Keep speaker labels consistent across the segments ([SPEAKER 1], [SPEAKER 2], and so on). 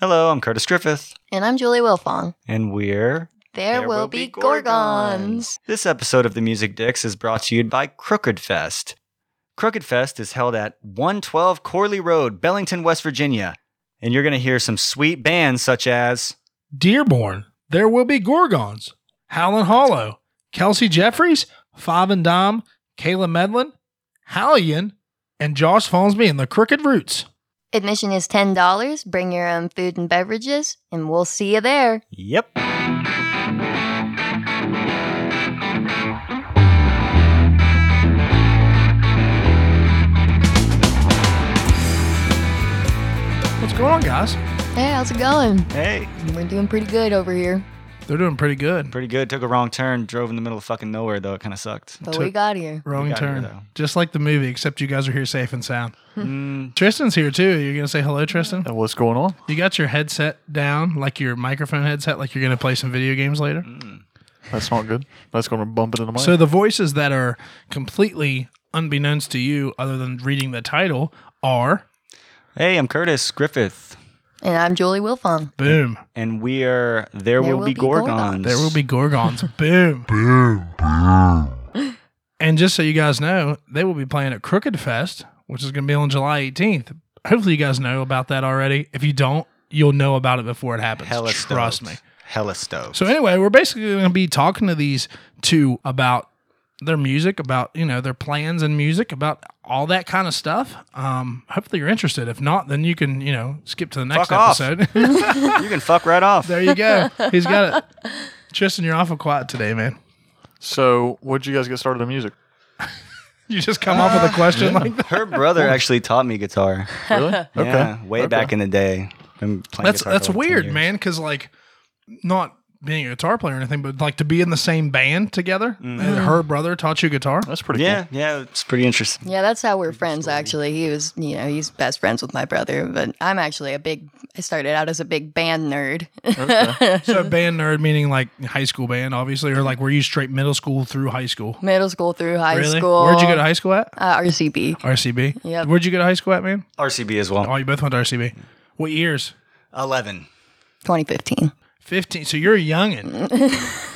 [SPEAKER 1] Hello, I'm Curtis Griffith,
[SPEAKER 2] And I'm Julie Wilfong.
[SPEAKER 1] and we're.
[SPEAKER 2] There, will, be, Gorgons.
[SPEAKER 1] This episode of the Music Dicks is brought to you by Crooked Fest. Crooked Fest is held at 112 Corley Road, Bellington, West Virginia, and you're going to hear some sweet bands such as.
[SPEAKER 3] Dearborn, There Will Be Gorgons, Howlin' Hollow, Kelsey Jeffries, Five and Dom, Kayla Medlin, Hallion, and Josh Fonsby and the Crooked Roots.
[SPEAKER 2] Admission is $10. Bring your own food and beverages, and we'll see you there.
[SPEAKER 1] Yep.
[SPEAKER 3] What's going on, guys?
[SPEAKER 2] Hey, how's it going?
[SPEAKER 1] Hey,
[SPEAKER 2] We're doing pretty good over here,
[SPEAKER 3] They're doing pretty good.
[SPEAKER 1] pretty good. Took a wrong turn, drove in the middle of fucking nowhere, though. It kind of sucked.
[SPEAKER 2] but
[SPEAKER 3] Took-
[SPEAKER 2] we got here.
[SPEAKER 1] We
[SPEAKER 3] Wrong
[SPEAKER 1] got here,
[SPEAKER 3] turn.
[SPEAKER 1] though.
[SPEAKER 3] Just like the movie, except you guys are here safe and sound.
[SPEAKER 1] Mm,
[SPEAKER 3] Tristan's here too. You're going to say hello, Tristan?
[SPEAKER 4] And what's going on?
[SPEAKER 3] You got your headset down, like your microphone headset, like you're going to play some video games later?
[SPEAKER 1] mm.
[SPEAKER 4] That's not good. That's going to bump into the mic.
[SPEAKER 3] So the voices that are completely unbeknownst to you, other than reading the title, are
[SPEAKER 1] Hey, I'm Curtis Griffith,
[SPEAKER 2] And I'm Julie Wilfong.
[SPEAKER 3] boom.
[SPEAKER 1] and we are There, Will, Be, Gorgons.
[SPEAKER 3] There will be Gorgons. boom. Boom. And just so you guys know, they will be playing at Crooked Fest, which is going to be on July 18th. Hopefully, you guys know about that already. If you don't, you'll know about it before it happens.
[SPEAKER 1] Hella
[SPEAKER 3] Trust
[SPEAKER 1] stoked.
[SPEAKER 3] me.
[SPEAKER 1] Hella stoked.
[SPEAKER 3] So anyway, we're basically going to be talking to these two about their music, about you know their plans and music, about all that kind of stuff. Um, hopefully you're interested. If not, then you can you know skip to the next
[SPEAKER 1] Fuck off.
[SPEAKER 3] episode.
[SPEAKER 1] you can fuck right off.
[SPEAKER 3] there you go. He's got it. Tristan, you're awful quiet today, man.
[SPEAKER 4] So what'd you guys get started in music?
[SPEAKER 3] You just come off with a question like that.
[SPEAKER 1] Her brother actually taught me guitar.
[SPEAKER 4] Really? Okay.
[SPEAKER 1] Yeah, way
[SPEAKER 4] Okay.
[SPEAKER 1] back in the day. Been playing
[SPEAKER 3] That's
[SPEAKER 1] guitar
[SPEAKER 3] that's
[SPEAKER 1] for over 10
[SPEAKER 3] weird,
[SPEAKER 1] years.
[SPEAKER 3] man. Because like not being a guitar player or anything, but like to be in the same band together. And her brother taught you guitar.
[SPEAKER 4] That's pretty
[SPEAKER 1] Yeah, yeah, it's pretty interesting.
[SPEAKER 2] Yeah, that's how we're friends, actually. He was, you know, he's best friends with my brother, but I'm actually a big, I started out as a big band nerd.
[SPEAKER 4] cool. Okay.
[SPEAKER 3] So band nerd meaning like high school band, obviously, or like were you straight middle school through high school?
[SPEAKER 2] Middle school through high
[SPEAKER 3] really?
[SPEAKER 2] school.
[SPEAKER 3] Where'd you go to high school at?
[SPEAKER 2] Uh, RCB.
[SPEAKER 3] RCB.
[SPEAKER 2] Yep.
[SPEAKER 3] Where'd you go to high school at, man?
[SPEAKER 1] RCB as well.
[SPEAKER 3] Oh, you both went to RCB. What years?
[SPEAKER 1] Eleven.
[SPEAKER 2] 2015.
[SPEAKER 3] Fifteen. So you're a youngin.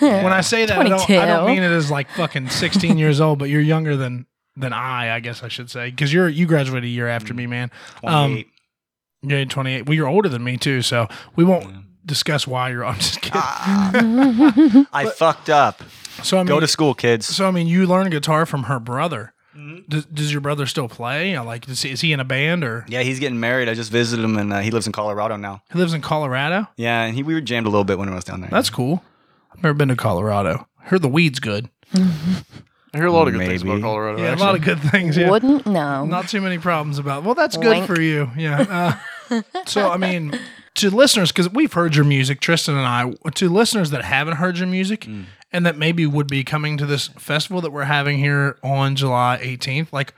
[SPEAKER 3] When I say that, I don't, I don't
[SPEAKER 2] 22.
[SPEAKER 3] mean it as like fucking sixteen years old, but you're younger than than I, I guess I should say, because you're you graduated a year
[SPEAKER 1] Mm.
[SPEAKER 3] after me, man. Um,
[SPEAKER 1] 28.
[SPEAKER 3] you're 28. Well, you're older than me too, so we won't discuss why you're. I'm just kidding.
[SPEAKER 1] I fucked up.
[SPEAKER 3] so I mean,
[SPEAKER 1] Go to school, kids.
[SPEAKER 3] Hmm. So I mean, you learned guitar from her brother.
[SPEAKER 1] Mm-hmm.
[SPEAKER 3] Does, does your brother still play? Uh, Like, is he, is he in a band or
[SPEAKER 1] Yeah, he's getting married. I just visited him, and uh, he lives in Colorado now.
[SPEAKER 3] he lives in Colorado?
[SPEAKER 1] Yeah, and he we were jammed a little bit when I was down there.
[SPEAKER 3] That's cool. I've never been to Colorado. Heard the weed's good.
[SPEAKER 4] I hear a lot of good things
[SPEAKER 1] Maybe.
[SPEAKER 4] about Colorado.
[SPEAKER 3] Yeah, a
[SPEAKER 4] actually.
[SPEAKER 3] lot of good things. Yeah,
[SPEAKER 2] Wouldn't know.
[SPEAKER 3] not too many problems about. Well, that's good
[SPEAKER 2] Wink.
[SPEAKER 3] for you. Yeah. Uh, so I mean, to listeners, because we've heard your music, Tristan and I. To listeners that haven't heard your music.
[SPEAKER 4] Mm.
[SPEAKER 3] And that maybe would be coming to this festival that we're having here on July 18th. Like,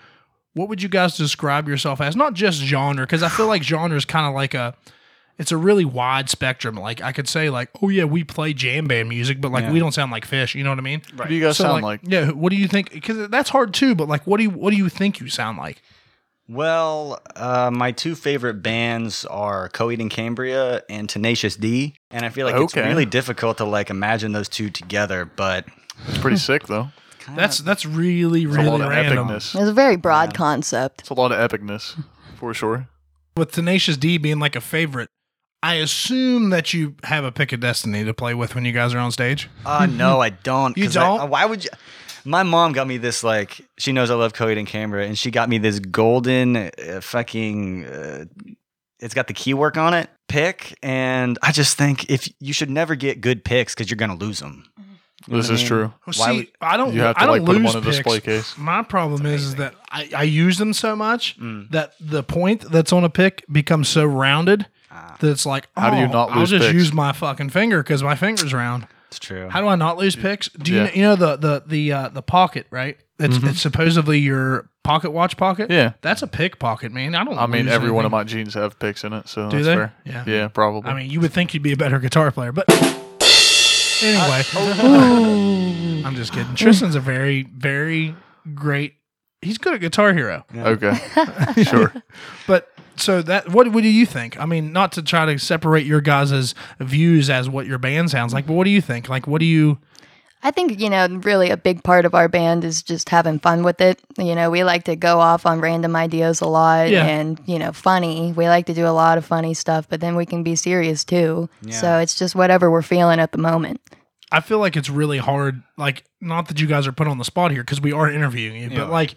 [SPEAKER 3] what would you guys describe yourself as? Not just genre, because I feel like genre is kind of like a, it's a really wide spectrum. Like I could say like, oh yeah, we play jam band music, but like
[SPEAKER 1] Yeah.
[SPEAKER 3] we don't sound like fish. You know what I mean?
[SPEAKER 4] What do you guys
[SPEAKER 3] So
[SPEAKER 4] sound
[SPEAKER 3] like,
[SPEAKER 4] like?
[SPEAKER 3] yeah. What do you think? Because that's hard too. But like, what do you what do you think you sound like?
[SPEAKER 1] Well, uh, my two favorite bands are Coheed and Cambria and Tenacious D, and I feel like it's
[SPEAKER 4] Okay.
[SPEAKER 1] really difficult to like imagine those two together. But
[SPEAKER 4] It's pretty sick though.
[SPEAKER 3] That's that's really
[SPEAKER 4] It's a
[SPEAKER 3] really
[SPEAKER 4] lot of
[SPEAKER 3] random.
[SPEAKER 4] epicness.
[SPEAKER 2] It's a very broad concept.
[SPEAKER 4] It's a lot of epicness for sure.
[SPEAKER 3] With Tenacious D being like a favorite, I assume that you have a pick of destiny to play with when you guys are on stage.
[SPEAKER 1] Uh, no, I don't.
[SPEAKER 3] Mm-hmm. You
[SPEAKER 1] 'cause I-
[SPEAKER 3] don't?
[SPEAKER 1] why would you? My mom got me this like she knows I love Coheed and Cambria, and she got me this golden uh, fucking. Uh, it's got the keywork on it. Pick, and I just think if you should never get good picks because you're gonna lose them.
[SPEAKER 4] This
[SPEAKER 1] I
[SPEAKER 4] is
[SPEAKER 1] mean?
[SPEAKER 4] true.
[SPEAKER 3] Well,
[SPEAKER 1] Why
[SPEAKER 3] see,
[SPEAKER 1] would-
[SPEAKER 3] I don't.
[SPEAKER 4] You have
[SPEAKER 3] I
[SPEAKER 4] to
[SPEAKER 3] don't
[SPEAKER 4] like put them
[SPEAKER 3] lose
[SPEAKER 4] on a display
[SPEAKER 3] picks.
[SPEAKER 4] case.
[SPEAKER 3] My problem is, is that I, I use them so much
[SPEAKER 1] Mm.
[SPEAKER 3] that the point that's on a pick becomes so rounded
[SPEAKER 1] Ah,
[SPEAKER 3] that it's like,
[SPEAKER 4] How do you
[SPEAKER 3] oh,
[SPEAKER 4] not
[SPEAKER 3] I'll
[SPEAKER 4] lose
[SPEAKER 3] just
[SPEAKER 4] picks?
[SPEAKER 3] use my fucking finger because my finger's round.
[SPEAKER 1] it's true.
[SPEAKER 3] How do I not lose picks? Do you
[SPEAKER 4] Yeah. Mm-hmm.
[SPEAKER 3] know, you know the the the uh, the pocket right? It's, it's supposedly your pocket watch pocket.
[SPEAKER 4] Yeah.
[SPEAKER 3] that's a pickpocket, man. I don't.
[SPEAKER 4] I mean,
[SPEAKER 3] lose
[SPEAKER 4] every one of
[SPEAKER 3] anything.
[SPEAKER 4] my jeans have picks in it, so
[SPEAKER 3] Do
[SPEAKER 4] that's
[SPEAKER 3] they?
[SPEAKER 4] fair.
[SPEAKER 3] Yeah.
[SPEAKER 4] Yeah, probably.
[SPEAKER 3] I mean, you would think you'd be a better guitar player, but
[SPEAKER 4] Oh.
[SPEAKER 3] anyway, I'm just kidding. Tristan's a very very great he's good at Guitar Hero.
[SPEAKER 4] Okay. sure.
[SPEAKER 3] But so that what what do you think? I mean, not to try to separate your guys' views as what your band sounds like, but what do you think? Like, what do you?
[SPEAKER 2] I think, you know, really a big part of our band is just having fun with it. You know, we like to go off on random ideas a lot
[SPEAKER 3] Yeah.
[SPEAKER 2] and, you know, funny. We like to do a lot of funny stuff, but then we can be serious too. So it's just whatever we're feeling at the moment.
[SPEAKER 3] I feel like it's really hard. Like, not that you guys are put on the spot here because we are interviewing you,
[SPEAKER 1] Yeah.
[SPEAKER 3] but like,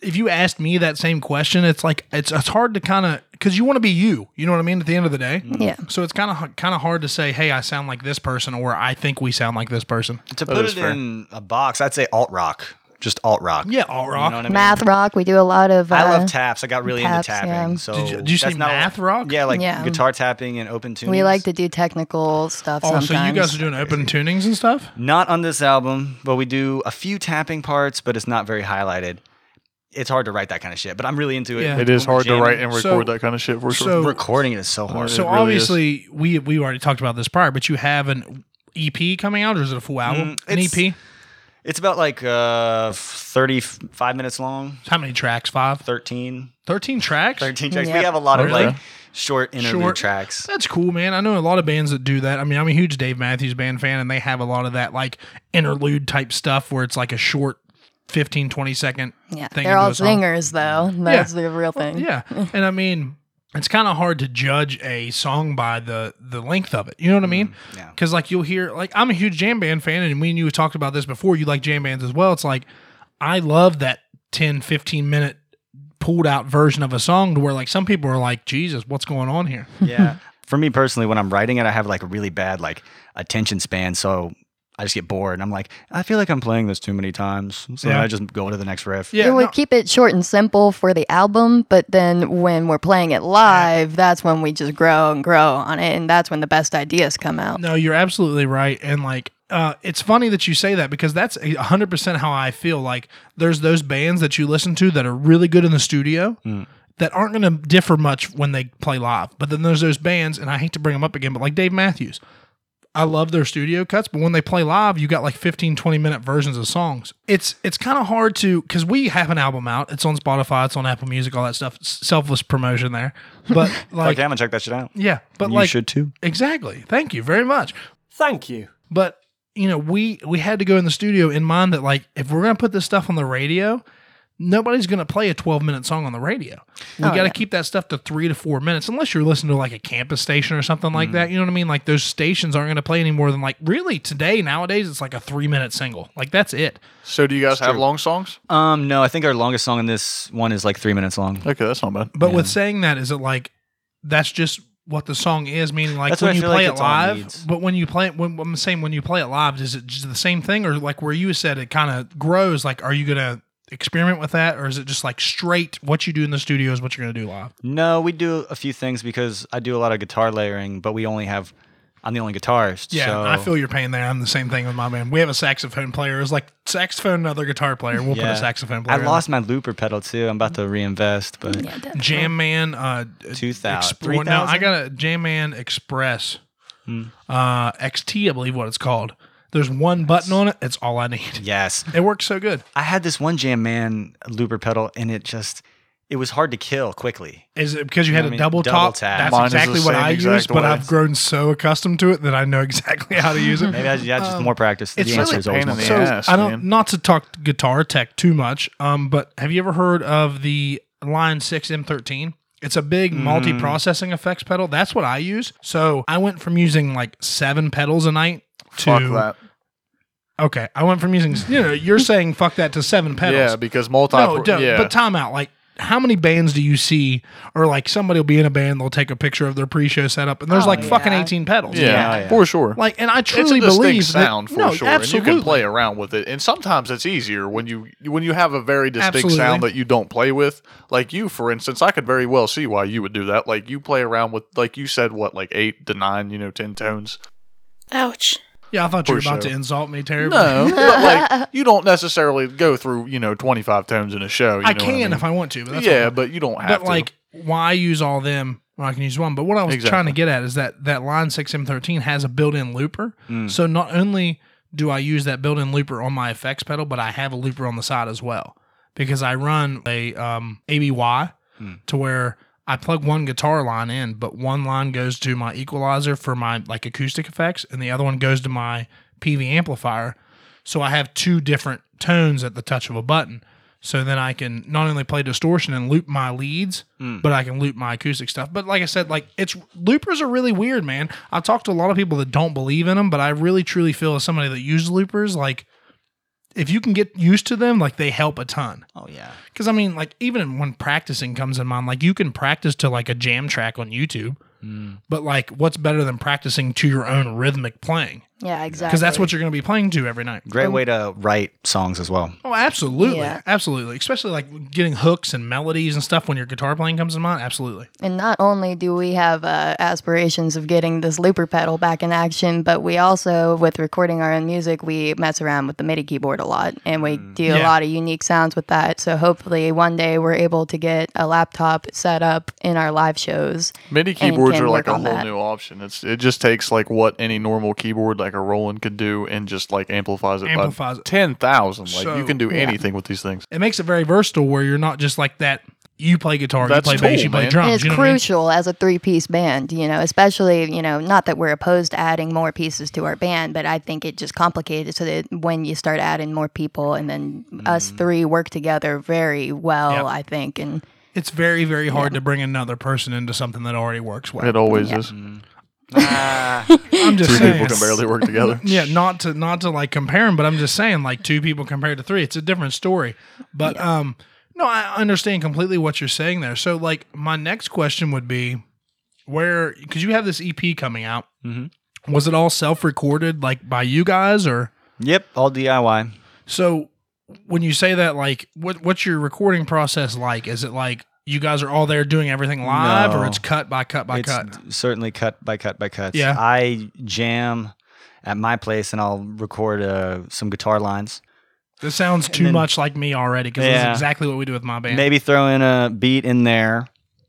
[SPEAKER 3] if you asked me that same question, it's like it's it's hard to kind of because you want to be you. You know what I mean? At the end of the day.
[SPEAKER 1] Mm.
[SPEAKER 2] Yeah.
[SPEAKER 3] So it's kind of kind of hard to say, hey, I sound like this person, or I think we sound like this person.
[SPEAKER 1] To
[SPEAKER 4] That
[SPEAKER 1] put
[SPEAKER 4] is
[SPEAKER 1] it
[SPEAKER 4] fair.
[SPEAKER 1] in a box, I'd say alt rock, just alt rock.
[SPEAKER 3] Yeah, alt
[SPEAKER 1] You
[SPEAKER 3] rock.
[SPEAKER 1] know what I mean?
[SPEAKER 2] Math rock, we do a lot of. Uh,
[SPEAKER 1] I love taps. I got really
[SPEAKER 2] taps,
[SPEAKER 1] into tapping.
[SPEAKER 2] yeah.
[SPEAKER 1] So
[SPEAKER 3] Did you- did you say
[SPEAKER 1] that's not a-
[SPEAKER 3] math rock?
[SPEAKER 1] Yeah, like
[SPEAKER 2] Yeah.
[SPEAKER 1] guitar tapping and open tunes.
[SPEAKER 2] we like to do technical stuff
[SPEAKER 3] Oh,
[SPEAKER 2] sometimes.
[SPEAKER 3] so you guys are doing open tunings and stuff.
[SPEAKER 1] Not on this album, but we do a few tapping parts, but it's not very highlighted. It's hard to write that kind of shit, but I'm really into it.
[SPEAKER 3] Yeah.
[SPEAKER 4] It is hard to
[SPEAKER 1] Jamming.
[SPEAKER 4] write and
[SPEAKER 3] So-
[SPEAKER 4] record that kind of shit for sure.
[SPEAKER 3] so-
[SPEAKER 1] Recording it is so hard.
[SPEAKER 3] So
[SPEAKER 4] really
[SPEAKER 3] obviously, we we already talked about this prior, but you have an EP coming out, or is it a full album?
[SPEAKER 1] Mm,
[SPEAKER 3] an E
[SPEAKER 1] it's-
[SPEAKER 3] EP?
[SPEAKER 1] It's about like uh, 35 minutes long,
[SPEAKER 3] How many tracks? Five?
[SPEAKER 1] 13,
[SPEAKER 3] Thirteen tracks?
[SPEAKER 1] 13 tracks.
[SPEAKER 2] Yep.
[SPEAKER 1] We have a lot of
[SPEAKER 3] Really?
[SPEAKER 1] like short interlude
[SPEAKER 3] Short.
[SPEAKER 1] tracks.
[SPEAKER 3] That's cool, man. I know a lot of bands that do that. I mean, I'm a huge Dave Matthews Band fan, and they have a lot of that like interlude type stuff where it's like a short 15, 20 second
[SPEAKER 2] Yeah,
[SPEAKER 3] thing
[SPEAKER 2] they're
[SPEAKER 3] into
[SPEAKER 2] all
[SPEAKER 3] a song.
[SPEAKER 2] singers though. That's the real thing.
[SPEAKER 3] Yeah, and I mean, it's kind of hard to judge a song by the the length of it. You know what I mean?
[SPEAKER 1] yeah.
[SPEAKER 3] Because like you'll hear, like I'm a huge jam band fan, and we and you talked about this before. You like jam bands as well. It's like I love that 10, 15 minute pulled out version of a song to where like some people are like, Jesus, what's going on here?
[SPEAKER 1] Yeah. For me personally, when I'm writing it, I have like a really bad like attention span, so I just get bored. And I'm like, I feel like I'm playing this too many times, so then
[SPEAKER 3] Yeah.
[SPEAKER 1] I just go to the next riff.
[SPEAKER 3] Yeah,
[SPEAKER 2] Yeah, we
[SPEAKER 3] no,
[SPEAKER 2] keep it short and simple for the album, but then when we're playing it live, that's when we just grow and grow on it, and that's when the best ideas come out.
[SPEAKER 3] no, you're absolutely right, and like. Uh, it's funny that you say that because that's a 100% how I feel. Like, there's those bands that you listen to that are really good in the studio,
[SPEAKER 1] Mm.
[SPEAKER 3] that aren't going to differ much when they play live. But then there's those bands, and I hate to bring them up again, but like Dave Matthews, I love their studio cuts, but when they play live, you got like 15, 20 minute versions of songs. It's it's kind of hard to because we have an album out. It's on Spotify, it's on Apple Music, all that stuff. S- selfless promotion there, but
[SPEAKER 1] Like,
[SPEAKER 3] like
[SPEAKER 1] I'm gonna check that shit out.
[SPEAKER 3] yeah, but
[SPEAKER 1] you
[SPEAKER 3] like
[SPEAKER 1] should too.
[SPEAKER 3] exactly. Thank you very much.
[SPEAKER 5] Thank you.
[SPEAKER 3] But you know, we we had to go in the studio in mind that like if we're gonna put this stuff on the radio, nobody's gonna play a twelve minute song on the radio. We
[SPEAKER 2] Oh,
[SPEAKER 3] gotta
[SPEAKER 2] yeah.
[SPEAKER 3] keep that stuff to three to four minutes, unless you're listening to like a campus station or something like that. You know what I mean? Like those stations aren't gonna play any more than like really today nowadays it's like a three minute single. Like that's it.
[SPEAKER 4] So do you guys have long songs?
[SPEAKER 1] Um, no, I think our longest song in this one is like three minutes long.
[SPEAKER 4] Okay, that's not bad.
[SPEAKER 3] But with saying that, is it like that's just what the song is? Meaning, like
[SPEAKER 1] That's what
[SPEAKER 3] when
[SPEAKER 1] I
[SPEAKER 3] you
[SPEAKER 1] feel
[SPEAKER 3] play
[SPEAKER 1] like
[SPEAKER 3] it
[SPEAKER 1] it's all
[SPEAKER 3] live,
[SPEAKER 1] needs.
[SPEAKER 3] but when you play it, when, I'm saying when you play it live, is it just the same thing, or like where you said it kind of grows? Like, are you gonna experiment with that, or is it just like straight what you do in the studio is what you're gonna do live?
[SPEAKER 1] No, we do a few things because I do a lot of guitar layering, but we only have. I'm the only guitarist.
[SPEAKER 3] Yeah,
[SPEAKER 1] so,
[SPEAKER 3] I feel your pain there. I'm the same thing with my band. We have a saxophone player. It's like saxophone, another guitar player. We'll put
[SPEAKER 1] Yeah.
[SPEAKER 3] a saxophone player.
[SPEAKER 1] I
[SPEAKER 3] in
[SPEAKER 1] lost my looper pedal too. I'm about to reinvest, but
[SPEAKER 2] Yeah,
[SPEAKER 3] there. Jam Man. Uh,
[SPEAKER 1] two thousand,
[SPEAKER 3] Expl-
[SPEAKER 1] three
[SPEAKER 3] well, no, I
[SPEAKER 1] thousand.
[SPEAKER 3] got a Jam Man Express
[SPEAKER 1] Hmm.
[SPEAKER 3] uh, XT, I believe what it's called. There's one button on it. It's all I need.
[SPEAKER 1] yes.
[SPEAKER 3] It works so good.
[SPEAKER 1] I had this one jam man looper pedal, and it just it was hard to kill quickly.
[SPEAKER 3] Is it because you had
[SPEAKER 1] I
[SPEAKER 3] a
[SPEAKER 1] mean,
[SPEAKER 3] double,
[SPEAKER 1] double
[SPEAKER 3] top?
[SPEAKER 1] tap.
[SPEAKER 3] That's
[SPEAKER 4] Mine is the
[SPEAKER 3] exactly what
[SPEAKER 4] same
[SPEAKER 3] I
[SPEAKER 4] exact
[SPEAKER 3] use, but
[SPEAKER 4] way.
[SPEAKER 3] I've grown so accustomed to it that I know exactly how to use it.
[SPEAKER 1] Maybe I, yeah, just more practice. The
[SPEAKER 3] Um, it's
[SPEAKER 1] answer
[SPEAKER 3] really
[SPEAKER 1] is always
[SPEAKER 4] pain in
[SPEAKER 1] more
[SPEAKER 4] the
[SPEAKER 1] practice.
[SPEAKER 3] so
[SPEAKER 4] Yes,
[SPEAKER 3] I don't
[SPEAKER 4] man.
[SPEAKER 3] not to talk guitar tech too much. Um, but have you ever heard of the Line Six M13? It's a big
[SPEAKER 1] Hmm.
[SPEAKER 3] multi-processing effects pedal. That's what I use. So I went from using like seven pedals a night to
[SPEAKER 4] Fuck that.
[SPEAKER 3] okay. I went from using you know you're saying fuck that to seven pedals.
[SPEAKER 4] Yeah, because multi.
[SPEAKER 3] No, don't-
[SPEAKER 4] yeah.
[SPEAKER 3] but time out. Like, how many bands do you see, or like somebody will be in a band, they'll take a picture of their pre-show setup, and there's
[SPEAKER 2] Oh,
[SPEAKER 3] like fucking
[SPEAKER 2] yeah.
[SPEAKER 3] 18 pedals.
[SPEAKER 4] yeah,
[SPEAKER 1] yeah.
[SPEAKER 4] for sure.
[SPEAKER 3] Like, and I
[SPEAKER 4] it's a
[SPEAKER 3] truly
[SPEAKER 4] distinct
[SPEAKER 3] believe that-
[SPEAKER 4] sound for
[SPEAKER 3] no,
[SPEAKER 4] sure,
[SPEAKER 3] absolutely.
[SPEAKER 4] and you can play around with it. And sometimes it's easier when you when you have a very distinct
[SPEAKER 3] Absolutely.
[SPEAKER 4] sound that you don't play with. Like you, for instance, I could very well see why you would do that. Like you play around with, like you said, what like eight to nine, you know, ten tones.
[SPEAKER 6] Ouch.
[SPEAKER 3] Yeah, I thought you were
[SPEAKER 4] for
[SPEAKER 3] about
[SPEAKER 4] sure.
[SPEAKER 3] to insult me terribly.
[SPEAKER 4] No, but like you don't necessarily go through you know twenty five tones in a show. You
[SPEAKER 3] I
[SPEAKER 4] know
[SPEAKER 3] can
[SPEAKER 4] what mean?
[SPEAKER 3] if I want to, but that's
[SPEAKER 4] yeah, but you don't have
[SPEAKER 3] but
[SPEAKER 4] to.
[SPEAKER 3] like why use all them when I can use one? But what I was
[SPEAKER 4] Exactly.
[SPEAKER 3] trying to get at is that that Line 6 M13 has a built-in looper.
[SPEAKER 4] Mm.
[SPEAKER 3] So not only do I use that built-in looper on my effects pedal, but I have a looper on the side as well. because I run a um, ABY
[SPEAKER 4] Mm.
[SPEAKER 1] Hmm.
[SPEAKER 3] to where I plug one guitar line in, but one line goes to my equalizer for my like acoustic effects, and the other one goes to my PV amplifier. So I have two different tones at the touch of a button. So then I can not only play distortion and loop my leads,
[SPEAKER 1] Hmm.
[SPEAKER 3] but I can loop my acoustic stuff. But like I said, like it's loopers are really weird, man. I talked to a lot of people that don't believe in them, but I really truly feel as somebody that uses loopers, like if you can get used to them, like they help a ton.
[SPEAKER 1] Oh yeah.
[SPEAKER 3] Because I mean, like even when practicing comes in mind, like you can practice to like a jam track on YouTube, but like what's better than practicing to your own rhythmic playing?
[SPEAKER 2] Yeah, exactly.
[SPEAKER 3] Because that's what you're going to be playing to every night.
[SPEAKER 1] Great way to write songs as well.
[SPEAKER 3] Oh, absolutely,
[SPEAKER 2] Yeah.
[SPEAKER 3] absolutely. Especially like getting hooks and melodies and stuff when your guitar playing comes in mind. Absolutely.
[SPEAKER 2] And not only do we have uh, aspirations of getting this looper pedal back in action, but we also, with recording our own music, we mess around with the MIDI keyboard a lot and we do a
[SPEAKER 3] Yeah.
[SPEAKER 2] lot of unique sounds with that. So hopefully one day we're able to get a laptop set up in our live shows.
[SPEAKER 4] MIDI
[SPEAKER 2] And
[SPEAKER 4] keyboards
[SPEAKER 2] can
[SPEAKER 4] are
[SPEAKER 2] work
[SPEAKER 4] like a
[SPEAKER 2] on
[SPEAKER 4] whole
[SPEAKER 2] that.
[SPEAKER 4] new option. It's it just takes like what any normal keyboard like a Roland could do and just like amplifies it
[SPEAKER 3] Amplifies
[SPEAKER 4] by
[SPEAKER 3] it.
[SPEAKER 4] ten thousand. Like
[SPEAKER 3] So-
[SPEAKER 4] you can do anything with these things.
[SPEAKER 3] It makes it very versatile where you're not just like that. You play guitar,
[SPEAKER 4] That's
[SPEAKER 3] you play bass,
[SPEAKER 4] cool,
[SPEAKER 3] you play
[SPEAKER 4] man.
[SPEAKER 3] drums.
[SPEAKER 2] and it's
[SPEAKER 3] you know what I mean?
[SPEAKER 2] crucial as a three piece band, you know, especially, you know, not that we're opposed to adding more pieces to our band, but I think it just complicated so that when you start adding more people and then us
[SPEAKER 4] Mm.
[SPEAKER 2] three work together very well,
[SPEAKER 3] Yep.
[SPEAKER 2] I think. And
[SPEAKER 3] It's very, very hard to bring another person into something that already works well.
[SPEAKER 4] It always
[SPEAKER 2] Yeah.
[SPEAKER 4] is.
[SPEAKER 3] I'm just
[SPEAKER 4] Two
[SPEAKER 3] saying.
[SPEAKER 4] people can barely work together.
[SPEAKER 3] yeah, not to not to like compare them, but I'm just saying like two people compared to three, it's a different story. But um, no, I understand completely what you're saying there. So like, my next question would be, where because you have this EP coming out,
[SPEAKER 1] Mhm.
[SPEAKER 3] was it all self recorded like by you guys or?
[SPEAKER 1] Yep, all DIY.
[SPEAKER 3] So when you say that, like, what what's your recording process like? Is it like you guys are all there doing everything live, or
[SPEAKER 1] No.
[SPEAKER 3] it's cut by cut by
[SPEAKER 1] it's
[SPEAKER 3] cut?
[SPEAKER 1] d- certainly cut by cut by cut.
[SPEAKER 3] Yeah.
[SPEAKER 1] I jam at my place and I'll record uh, some guitar lines.
[SPEAKER 3] This sounds too
[SPEAKER 1] then-
[SPEAKER 3] much like me already because
[SPEAKER 1] Yeah.
[SPEAKER 3] that's exactly what we do with my band.
[SPEAKER 1] Maybe throw in a beat in there.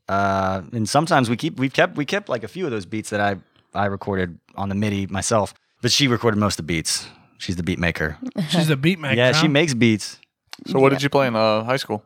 [SPEAKER 1] Uh, and sometimes we keep we've kept we kept like a few of those beats that I I recorded on the MIDI myself. But she recorded most of the beats. She's the beat maker.
[SPEAKER 3] She's a beat maker.
[SPEAKER 1] yeah, she
[SPEAKER 3] huh?
[SPEAKER 1] makes beats.
[SPEAKER 4] So what did you play in uh, high school?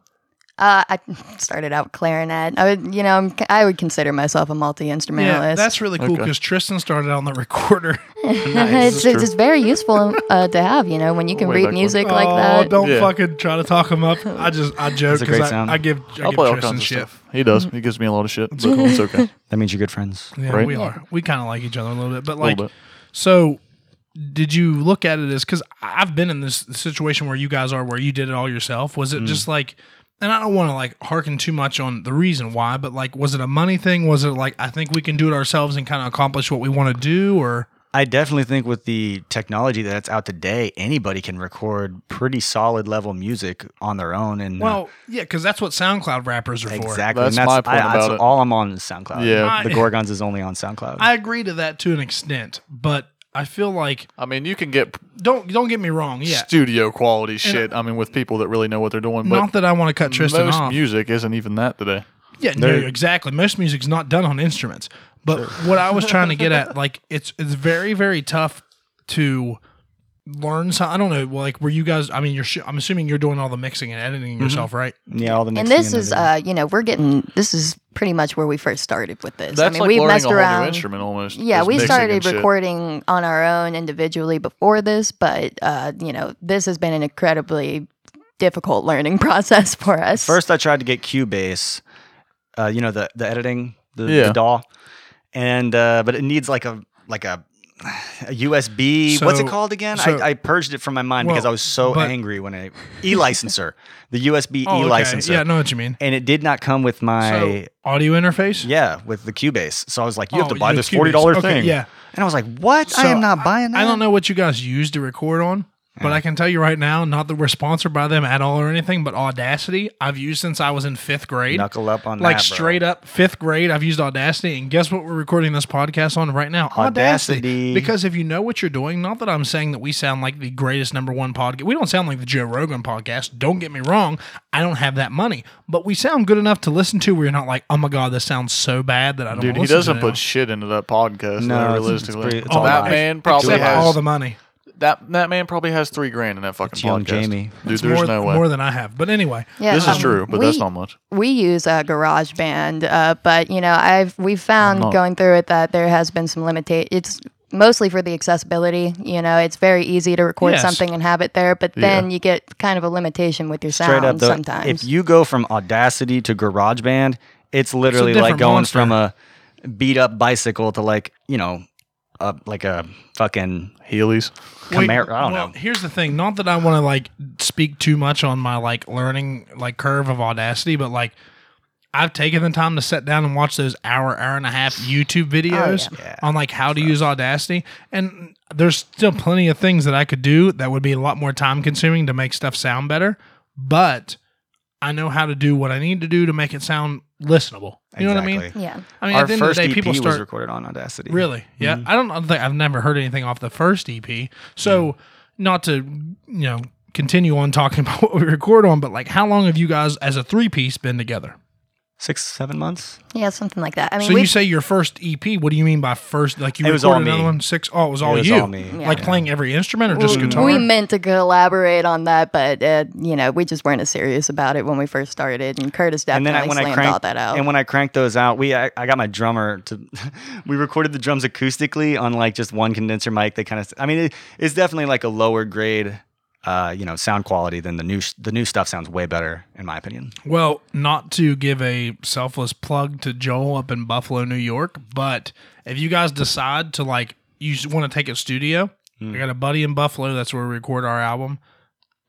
[SPEAKER 2] Uh, I started out clarinet. I would, you know, I'm, I would consider myself a multi
[SPEAKER 3] Yeah,
[SPEAKER 2] instrumentalist.
[SPEAKER 3] that's really cool
[SPEAKER 4] Okay.
[SPEAKER 3] because Tristan started on the recorder.
[SPEAKER 2] it's, it's just very useful uh, to have. You know, when you can
[SPEAKER 4] Way
[SPEAKER 2] read
[SPEAKER 4] back when.
[SPEAKER 2] music like
[SPEAKER 3] oh,
[SPEAKER 2] that.
[SPEAKER 3] don't
[SPEAKER 4] Yeah.
[SPEAKER 3] fucking try to talk him up. I just I joke
[SPEAKER 1] a great
[SPEAKER 3] because I,
[SPEAKER 1] sound.
[SPEAKER 3] I give I
[SPEAKER 4] I'll
[SPEAKER 3] give
[SPEAKER 4] play all
[SPEAKER 3] Tristan
[SPEAKER 4] kinds of
[SPEAKER 3] shit. Mm-hmm.
[SPEAKER 4] stuff. He does. He gives me a lot of shit. It's okay. It's okay.
[SPEAKER 1] That means you're good friends.
[SPEAKER 3] Yeah,
[SPEAKER 4] Right?
[SPEAKER 3] we are. We kind of like each other a little bit, but
[SPEAKER 4] A
[SPEAKER 3] like
[SPEAKER 4] little bit.
[SPEAKER 3] So, did you look at it as because I've been in this situation where you guys are, where you did it all yourself? Was
[SPEAKER 4] Mm.
[SPEAKER 3] it just like, and I don't want to like hearken too much on the reason why, but like, was it a money thing? Was it like, I think we can do it ourselves and kind of accomplish what we want to do? Or,
[SPEAKER 1] I definitely think with the technology that's out today, anybody can record pretty solid level music on their own. And uh,
[SPEAKER 3] well, yeah, because that's what SoundCloud rappers are for. Uh,
[SPEAKER 1] exactly,
[SPEAKER 4] That's
[SPEAKER 1] and that's
[SPEAKER 4] my point
[SPEAKER 1] I, that's
[SPEAKER 4] about it.
[SPEAKER 1] all I'm on is SoundCloud.
[SPEAKER 4] Yeah.
[SPEAKER 1] the Gorgons is only on SoundCloud.
[SPEAKER 3] I agree to that to an extent, but I feel like
[SPEAKER 4] I mean, you can get
[SPEAKER 3] don't don't get me wrong. Yeah,
[SPEAKER 4] studio quality shit. I mean, with people that really know what they're doing. But
[SPEAKER 3] not that I want to cut Tristan
[SPEAKER 4] most
[SPEAKER 3] off.
[SPEAKER 4] music isn't even that today.
[SPEAKER 3] Yeah, no, exactly. Most music's not done on instruments. But what I was trying to get at, like, it's it's very very tough to learn. So I don't know, like, were you guys? I mean, you're. Sh- I'm assuming you're doing all the mixing and editing
[SPEAKER 4] Mm-hmm.
[SPEAKER 3] yourself, right?
[SPEAKER 1] yeah, all the
[SPEAKER 2] And
[SPEAKER 1] mixing
[SPEAKER 2] this is,
[SPEAKER 1] everything.
[SPEAKER 2] uh, you know, we're getting this is pretty much where we first started with this. I
[SPEAKER 4] That's
[SPEAKER 2] mean,
[SPEAKER 4] like
[SPEAKER 2] we've
[SPEAKER 4] learning
[SPEAKER 2] messed
[SPEAKER 4] a whole
[SPEAKER 2] around.
[SPEAKER 4] new instrument almost.
[SPEAKER 2] Yeah,
[SPEAKER 4] is
[SPEAKER 2] we
[SPEAKER 4] mixing and
[SPEAKER 2] started
[SPEAKER 4] shit.
[SPEAKER 2] recording on our own individually before this, but uh, you know, this has been an incredibly difficult learning process for us.
[SPEAKER 1] First, I tried to get Cubase, uh, you know, the the editing, the,
[SPEAKER 4] Yeah.
[SPEAKER 1] the DAW, and uh, but it needs like a like a, a USB. what's
[SPEAKER 3] So-
[SPEAKER 1] it called again?
[SPEAKER 3] so-
[SPEAKER 1] I, I purged it from my mind because I
[SPEAKER 3] Well,
[SPEAKER 1] was so
[SPEAKER 3] but-
[SPEAKER 1] angry when I e licenser, the USB
[SPEAKER 3] Oh,
[SPEAKER 1] e
[SPEAKER 3] okay.
[SPEAKER 1] licenser,
[SPEAKER 3] Yeah, I know what you mean.
[SPEAKER 1] and it did not come with my.
[SPEAKER 3] So audio interface.
[SPEAKER 1] yeah, with the Cubase. So I was like, you have
[SPEAKER 3] Oh,
[SPEAKER 1] to buy
[SPEAKER 3] the
[SPEAKER 1] this
[SPEAKER 3] Cubase.
[SPEAKER 1] forty dollar
[SPEAKER 3] Okay,
[SPEAKER 1] thing.
[SPEAKER 3] yeah.
[SPEAKER 1] and I was like, what? I
[SPEAKER 3] So
[SPEAKER 1] am not buying that.
[SPEAKER 3] I don't know what you guys use to record on, but I can tell you right now, not that we're sponsored by them at all or anything, but Audacity I've used since I was in fifth grade.
[SPEAKER 1] Knuckle up on
[SPEAKER 3] like
[SPEAKER 1] that, bro.
[SPEAKER 3] straight up fifth grade i've used audacity and guess what we're recording this podcast on right now audacity.
[SPEAKER 1] Audacity.
[SPEAKER 3] because if you know what you're doing not that i'm saying that we sound like the greatest number one podcast we don't sound like the joe rogan podcast don't get me wrong i don't have that money but we sound good enough to listen to where you're not like oh my god this sounds so bad that i don't
[SPEAKER 4] Dude,
[SPEAKER 3] wanna
[SPEAKER 4] he
[SPEAKER 3] listen to
[SPEAKER 4] doesn't
[SPEAKER 3] it
[SPEAKER 4] put
[SPEAKER 3] now."
[SPEAKER 4] shit into that podcast.
[SPEAKER 1] No,
[SPEAKER 4] No,
[SPEAKER 1] it's- it's
[SPEAKER 4] realistically,
[SPEAKER 1] pretty- it's
[SPEAKER 3] all
[SPEAKER 4] Oh, that
[SPEAKER 1] lies.
[SPEAKER 4] man probably
[SPEAKER 3] Except
[SPEAKER 4] has
[SPEAKER 3] all the money
[SPEAKER 4] that that man probably has three grand in that fucking
[SPEAKER 1] It's young
[SPEAKER 4] podcast.
[SPEAKER 1] Jamie.
[SPEAKER 4] Dude,
[SPEAKER 3] It's
[SPEAKER 4] there's
[SPEAKER 3] more,
[SPEAKER 4] no way.
[SPEAKER 3] more than I have. But anyway,
[SPEAKER 2] Yeah,
[SPEAKER 4] this is
[SPEAKER 2] um,
[SPEAKER 4] true, but that's
[SPEAKER 2] we-
[SPEAKER 4] not much.
[SPEAKER 2] we use a garage band uh, but you know i've we've found
[SPEAKER 4] not-
[SPEAKER 2] going through it that there has been some limitation it's mostly for the accessibility you know it's very easy to record
[SPEAKER 3] Yes.
[SPEAKER 2] something and have it there but then
[SPEAKER 4] Yeah.
[SPEAKER 2] you get kind of a limitation with your
[SPEAKER 1] Straight
[SPEAKER 2] sound
[SPEAKER 1] up, though, if
[SPEAKER 2] sometimes
[SPEAKER 1] you go from Audacity to GarageBand, it's literally like
[SPEAKER 3] different
[SPEAKER 1] going
[SPEAKER 3] monster.
[SPEAKER 1] from a beat up bicycle to like you know, a, like a fucking
[SPEAKER 4] Heelys.
[SPEAKER 3] Wait,
[SPEAKER 1] Camaro. I don't
[SPEAKER 3] well,
[SPEAKER 1] know.
[SPEAKER 3] Here's the thing. Not that I want to like speak too much on my like learning like curve of Audacity, but like I've taken the time to sit down and watch those hour, hour and a half YouTube videos
[SPEAKER 1] yeah. Yeah.
[SPEAKER 3] on like how to use Audacity. And there's still plenty of things that I could do that would be a lot more time consuming to make stuff sound better. But I know how to do what I need to do to make it sound listenable. You know what I mean?
[SPEAKER 1] Exactly.
[SPEAKER 2] yeah
[SPEAKER 3] I mean,
[SPEAKER 1] Our
[SPEAKER 3] at the end of
[SPEAKER 1] first
[SPEAKER 3] the day,
[SPEAKER 1] EP
[SPEAKER 3] people start
[SPEAKER 1] was recorded on Audacity.
[SPEAKER 3] Really? Yeah.
[SPEAKER 1] Mm-hmm.
[SPEAKER 3] I don't I think I've never heard anything off the first EP. So not to you know continue on talking about what we record on, but like how long have you guys as a three piece been together?
[SPEAKER 1] Six, seven months.
[SPEAKER 2] yeah something like that i mean
[SPEAKER 3] so
[SPEAKER 2] we
[SPEAKER 3] you say your first EP. What do you mean by first? Like you
[SPEAKER 1] It
[SPEAKER 3] recorded
[SPEAKER 1] was all
[SPEAKER 3] another
[SPEAKER 1] me.
[SPEAKER 3] one six? Oh, it was all
[SPEAKER 1] was
[SPEAKER 3] you.
[SPEAKER 1] all me. Yeah.
[SPEAKER 3] Like playing every instrument or just guitar?
[SPEAKER 2] we meant to collaborate on that, but uh, you know we just weren't as serious about it when we first started. And Curtis
[SPEAKER 1] And
[SPEAKER 2] definitely
[SPEAKER 1] then I, when
[SPEAKER 2] slammed
[SPEAKER 1] I cranked
[SPEAKER 2] all that out.
[SPEAKER 1] and when I cranked those out, we I, I got my drummer to. we recorded the drums acoustically on like just one condenser mic. They kind of. I mean, it, it's definitely like a lower grade, uh, you know, sound quality than the new sh- the new stuff sounds way better in my opinion.
[SPEAKER 3] Well, not to give a selfless plug to Joel up in Buffalo, New York, but if you guys decide to like, you want to take a studio, I got a buddy in Buffalo. That's where we record our album.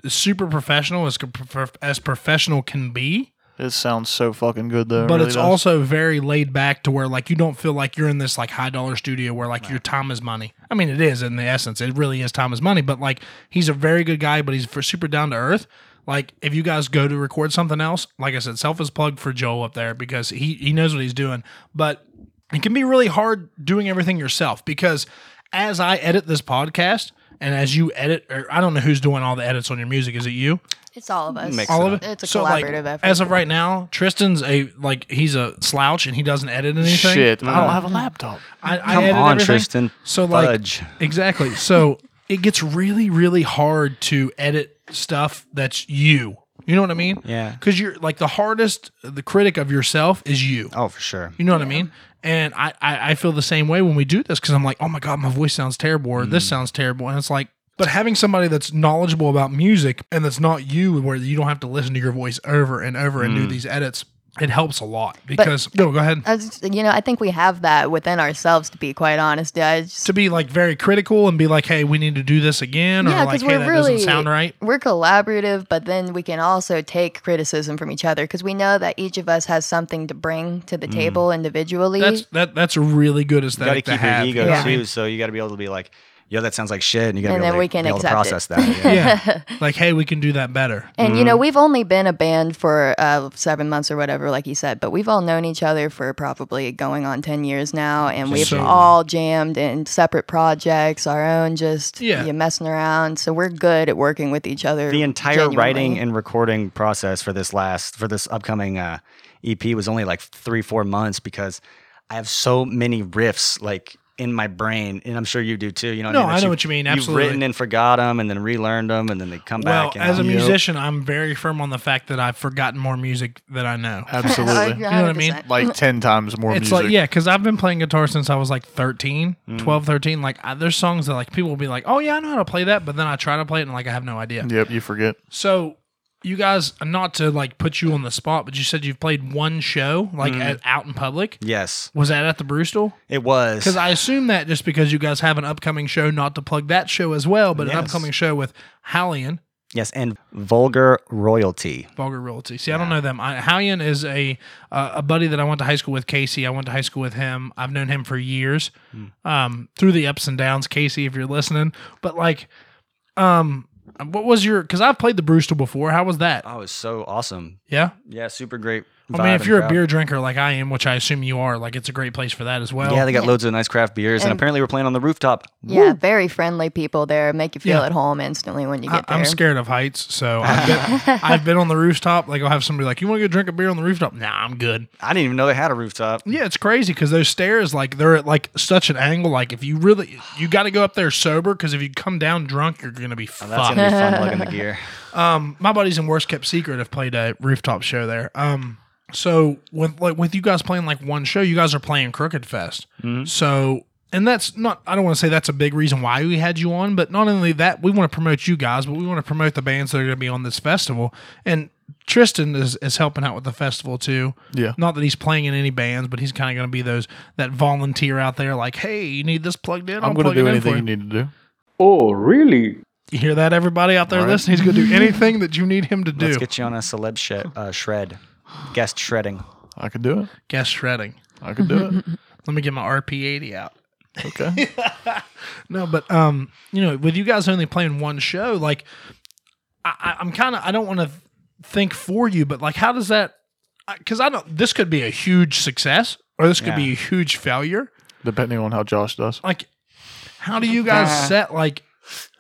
[SPEAKER 3] Super professional as co- prof- as professional can be,
[SPEAKER 4] It sounds so fucking good though. it
[SPEAKER 3] but
[SPEAKER 4] really
[SPEAKER 3] it's
[SPEAKER 4] does.
[SPEAKER 3] also very laid back to where like you don't feel like you're in this like high dollar studio where like your time is money. I mean, it is in the essence, it really is time is money. But like he's a very good guy, but he's for super down to earth. Like if you guys go to record something else, like I said, self is plug for Joel up there because he he knows what he's doing. But it can be really hard doing everything yourself because as I edit this podcast. And as you edit, or I don't know who's doing all the edits on your music. Is it you?
[SPEAKER 2] it's all of us.
[SPEAKER 1] Mix
[SPEAKER 3] all of it.
[SPEAKER 2] It's a
[SPEAKER 3] like,
[SPEAKER 2] collaborative effort.
[SPEAKER 3] As of right now, Tristan's a like he's a slouch and he doesn't edit anything.
[SPEAKER 4] Shit, I don't have a laptop.
[SPEAKER 3] I, I
[SPEAKER 1] Come
[SPEAKER 3] edit
[SPEAKER 1] on,
[SPEAKER 3] everything.
[SPEAKER 1] Tristan.
[SPEAKER 3] So like
[SPEAKER 1] Fudge.
[SPEAKER 3] exactly. So it gets really really hard to edit stuff that's you. You know what I mean?
[SPEAKER 1] Yeah.
[SPEAKER 3] Because you're like the hardest the critic of yourself is you.
[SPEAKER 1] Oh, for sure.
[SPEAKER 3] You know what I mean? And I, I, I feel the same way when we do this because I'm like, oh my God, my voice sounds terrible or
[SPEAKER 1] Mm.
[SPEAKER 3] this sounds terrible. And it's like, but having somebody that's knowledgeable about music and that's not you, where you don't have to listen to your voice over and over and do
[SPEAKER 1] Mm.
[SPEAKER 3] these edits, it helps a lot because, no, go ahead.
[SPEAKER 2] I was just- you know, I think we have that within ourselves, to be quite honest. I just-
[SPEAKER 3] to be like very critical and be like, hey, we need to do this again or
[SPEAKER 2] yeah,
[SPEAKER 3] like,
[SPEAKER 2] because
[SPEAKER 3] hey,
[SPEAKER 2] we're
[SPEAKER 3] that
[SPEAKER 2] really
[SPEAKER 3] doesn't sound right.
[SPEAKER 2] We're collaborative, but then we can also take criticism from each other because we know that each of us has something to bring to the
[SPEAKER 1] Mm.
[SPEAKER 2] table individually.
[SPEAKER 3] That's that. That's a really good
[SPEAKER 1] You got to
[SPEAKER 3] aesthetic to
[SPEAKER 1] keep your
[SPEAKER 3] have.
[SPEAKER 1] ego
[SPEAKER 2] Yeah.
[SPEAKER 1] too. So you got to be able to be like, yo, that sounds like shit, and you got to
[SPEAKER 2] And
[SPEAKER 1] be able
[SPEAKER 2] then
[SPEAKER 1] to,
[SPEAKER 2] we can
[SPEAKER 1] be able to
[SPEAKER 2] accept it.
[SPEAKER 1] process that. Yeah.
[SPEAKER 3] yeah, like hey, we can do that better.
[SPEAKER 2] and you know, we've only been a band for uh, seven months or whatever, like you said, but we've all known each other for probably going on ten years now, and we've
[SPEAKER 3] So-
[SPEAKER 2] all jammed in separate projects, our own, just
[SPEAKER 3] Yeah.
[SPEAKER 2] you messing around. So we're good at working with each other.
[SPEAKER 1] the entire
[SPEAKER 2] genuinely.
[SPEAKER 1] writing and recording process for this last for this upcoming uh, EP was only like three four months because I have so many riffs like in my brain, and I'm sure you do too. You know,
[SPEAKER 3] No,
[SPEAKER 1] mean?
[SPEAKER 3] I
[SPEAKER 1] That
[SPEAKER 3] know what you mean,
[SPEAKER 1] You've
[SPEAKER 3] absolutely.
[SPEAKER 1] written and forgot them, and then relearned them, and then they come
[SPEAKER 3] Well,
[SPEAKER 1] back. and-
[SPEAKER 3] as a
[SPEAKER 1] Yep.
[SPEAKER 3] musician, I'm very firm on the fact that I've forgotten more music than I know.
[SPEAKER 4] Absolutely.
[SPEAKER 2] Yeah,
[SPEAKER 3] You know what I mean?
[SPEAKER 2] 100%.
[SPEAKER 4] like 10 times more
[SPEAKER 3] It's
[SPEAKER 4] music.
[SPEAKER 3] like, yeah, because I've been playing guitar since I was like 13, 12, 13. Like, I, there's songs that like people will be like, oh, yeah, I know how to play that. But then I try to play it and like, I have no idea.
[SPEAKER 4] Yep, you forget.
[SPEAKER 3] So, you guys, not to like put you on the spot, but you said you've played one show like at, out in public.
[SPEAKER 1] Yes,
[SPEAKER 3] Was that at the Brewstall?
[SPEAKER 1] it was.
[SPEAKER 3] Because I assume that just because you guys have an upcoming show, not to plug that show as well, but an
[SPEAKER 1] Yes.
[SPEAKER 3] upcoming show with Hallian,
[SPEAKER 1] yes, and vulgar royalty.
[SPEAKER 3] Vulgar Royalty. See, I don't know them. I, Hallian is a uh, a buddy that I went to high school with. Casey, I went to high school with him. I've known him for years,
[SPEAKER 1] Hmm.
[SPEAKER 3] um, through the ups and downs. Casey, if you're listening, but like, um, what was your? Because I've played the Brewster before. How was that?
[SPEAKER 1] Oh, it was so awesome.
[SPEAKER 3] Yeah.
[SPEAKER 1] Yeah, super great.
[SPEAKER 3] I mean,
[SPEAKER 1] Uh, vibe
[SPEAKER 3] Oh, if you're
[SPEAKER 1] and
[SPEAKER 3] a
[SPEAKER 1] crowd.
[SPEAKER 3] beer drinker like I am, which I assume you are, like it's a great place for that as well.
[SPEAKER 1] yeah, they got
[SPEAKER 2] Yeah.
[SPEAKER 1] loads of nice craft beers, and,
[SPEAKER 2] And-
[SPEAKER 1] apparently we're playing on the rooftop.
[SPEAKER 2] Yeah, very friendly people there. Make you feel
[SPEAKER 3] Yeah.
[SPEAKER 2] at home instantly when you
[SPEAKER 3] I,
[SPEAKER 2] get there.
[SPEAKER 3] I'm scared of heights, so I've been, I've been on the rooftop. Like I'll have somebody like, "You want to go drink a beer on the rooftop?" Nah, I'm good.
[SPEAKER 1] I didn't even know they had a rooftop.
[SPEAKER 3] Yeah, it's crazy because those stairs, like they're at like such an angle. Like if you really, you got to go up there sober because if you come down drunk, you're gonna be
[SPEAKER 1] Oh,
[SPEAKER 3] fucked.
[SPEAKER 1] that's gonna be fun lugging the gear.
[SPEAKER 3] Um, my buddies in Worst Kept Secret have played a rooftop show there. Um, so with like with you guys playing like one show, you guys are playing Crooked Fest.
[SPEAKER 4] Mm-hmm.
[SPEAKER 3] So and that's not I don't want to say that's a big reason why we had you on, but not only that, we want to promote you guys, but we want to promote the bands that are going to be on this festival. And Tristan is, is helping out with the festival too.
[SPEAKER 4] Yeah.
[SPEAKER 3] Not that he's playing in any bands, but he's kind of going to be those that volunteer out there, like, hey, you need this plugged in. I'll
[SPEAKER 4] I'm going to
[SPEAKER 3] plug it
[SPEAKER 4] do
[SPEAKER 3] in
[SPEAKER 4] anything
[SPEAKER 3] for
[SPEAKER 4] you
[SPEAKER 3] you.
[SPEAKER 4] need to do.
[SPEAKER 5] Oh, really?
[SPEAKER 3] You hear that, everybody out there
[SPEAKER 4] All right.
[SPEAKER 3] listening? He's going to do anything that you need him to do.
[SPEAKER 1] Let's get you on a celeb sh- uh, shred, guest shredding.
[SPEAKER 4] I could do it.
[SPEAKER 3] Guest shredding.
[SPEAKER 4] I could do it.
[SPEAKER 3] Let me get my RP80 out.
[SPEAKER 4] Okay.
[SPEAKER 3] No, but um, you know, with you guys only playing one show, like I, I, I'm kind of I don't want to think for you, but like, how does that? Because I don't. This could be a huge success, or this could be
[SPEAKER 1] Yeah.
[SPEAKER 3] a huge failure.
[SPEAKER 4] Depending on how Josh does.
[SPEAKER 3] Like, how do you guys set? Like,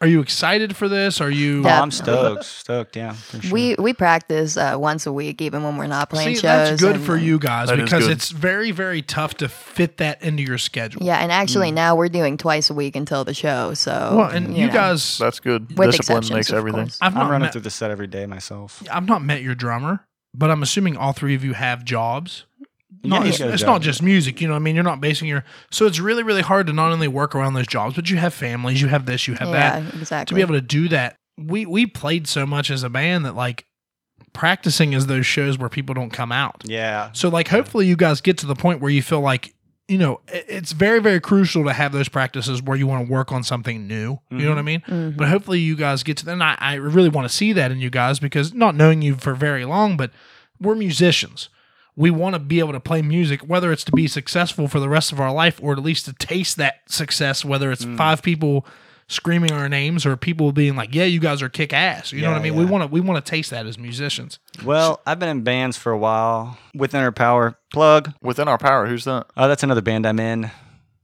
[SPEAKER 3] are you excited for this? Are you?
[SPEAKER 1] Oh, I'm
[SPEAKER 2] Definitely.
[SPEAKER 1] stoked, stoked. Yeah, for sure.
[SPEAKER 2] We we practice uh, once a week, even when we're not
[SPEAKER 3] See,
[SPEAKER 2] playing shows.
[SPEAKER 3] that's good
[SPEAKER 2] and-
[SPEAKER 3] for you guys
[SPEAKER 4] That is
[SPEAKER 3] because
[SPEAKER 4] good.
[SPEAKER 3] it's very, very tough to fit that into your schedule.
[SPEAKER 2] Yeah, and actually now we're doing twice a week until the show. So
[SPEAKER 3] Mm. Well, and you,
[SPEAKER 2] know,
[SPEAKER 3] guys,
[SPEAKER 4] That's good.
[SPEAKER 2] with
[SPEAKER 4] Discipline
[SPEAKER 2] exceptions,
[SPEAKER 4] makes
[SPEAKER 2] of
[SPEAKER 4] everything.
[SPEAKER 2] course.
[SPEAKER 3] I've not
[SPEAKER 1] I'm running
[SPEAKER 3] met-
[SPEAKER 1] through the set every day myself.
[SPEAKER 3] I've not met your drummer, but I'm assuming all three of you have jobs.
[SPEAKER 1] Yeah,
[SPEAKER 3] Not,
[SPEAKER 1] you
[SPEAKER 3] it's
[SPEAKER 1] got a
[SPEAKER 3] it's
[SPEAKER 1] job.
[SPEAKER 3] not just music, you know. what I mean, you're not basing your so it's really, really hard to not only work around those jobs, but you have families, you have this, you have
[SPEAKER 2] Yeah,
[SPEAKER 3] that. To
[SPEAKER 2] exactly.
[SPEAKER 3] be able to do that, we we played so much as a band that like practicing is those shows where people don't come out.
[SPEAKER 1] Yeah,
[SPEAKER 3] So like, hopefully, you guys get to the point where you feel like you know i- it's very, very crucial to have those practices where you want to work on something new. You
[SPEAKER 1] Mm-hmm.
[SPEAKER 3] know what I mean?
[SPEAKER 2] Mhm.
[SPEAKER 3] But hopefully you guys get to that. And I, I really want to see that in you guys because not knowing you for very long, but we're musicians. We want to be able to play music, whether it's to be successful for the rest of our life or at least to taste that success, whether
[SPEAKER 1] Mm.
[SPEAKER 3] it's five people screaming our names or people being like, Yeah, you guys are kick ass. You know
[SPEAKER 1] Yeah,
[SPEAKER 3] what I mean? We
[SPEAKER 1] yeah.
[SPEAKER 3] wanna we wanna taste that as musicians.
[SPEAKER 1] Well, I've been in bands for a while. Within Our Power, plug.
[SPEAKER 4] Within our power. Who's that?
[SPEAKER 1] Oh, that's another band I'm in.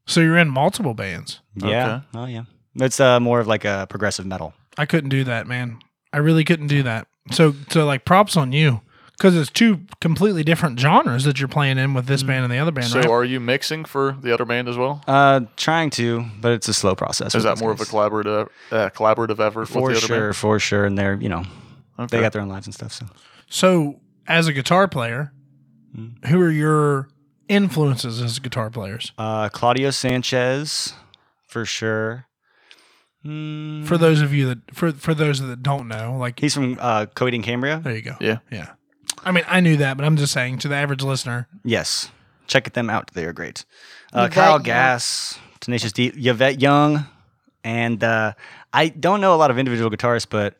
[SPEAKER 3] So you're in multiple bands.
[SPEAKER 1] Yeah. Oh, yeah. It's uh, more of like a progressive metal.
[SPEAKER 3] I couldn't do that, man. I really couldn't do that. So so like props on you. Because it's two completely different genres that you're playing in with this
[SPEAKER 1] Mm.
[SPEAKER 3] band and the other band,
[SPEAKER 4] So
[SPEAKER 3] right?
[SPEAKER 4] are you mixing for the other band as well?
[SPEAKER 1] Uh, trying to, but it's a slow process.
[SPEAKER 4] Is
[SPEAKER 1] with
[SPEAKER 4] that
[SPEAKER 1] these
[SPEAKER 4] more of a
[SPEAKER 1] guys.
[SPEAKER 4] collaborative uh, collaborative effort
[SPEAKER 1] For
[SPEAKER 4] with the other
[SPEAKER 1] sure,
[SPEAKER 4] band?
[SPEAKER 1] for sure. And they're, you know,
[SPEAKER 4] Okay.
[SPEAKER 1] they got their own lives and stuff. So
[SPEAKER 3] So, as a guitar player, who are your influences as guitar players?
[SPEAKER 1] uh, Claudio Sanchez, for sure. Hmm.
[SPEAKER 3] For those of you that for for those that don't know, like
[SPEAKER 1] He's from uh, Cody and Cambria.
[SPEAKER 3] there you go.
[SPEAKER 4] Yeah.
[SPEAKER 3] Yeah. I mean, I knew that, but I'm just saying to the average listener.
[SPEAKER 1] Yes. Check them out. They are great. Uh,
[SPEAKER 2] Yvette
[SPEAKER 1] Kyle
[SPEAKER 2] Young.
[SPEAKER 1] Gass, Tenacious D, Yvette Young. And uh, I don't know a lot of individual guitarists, but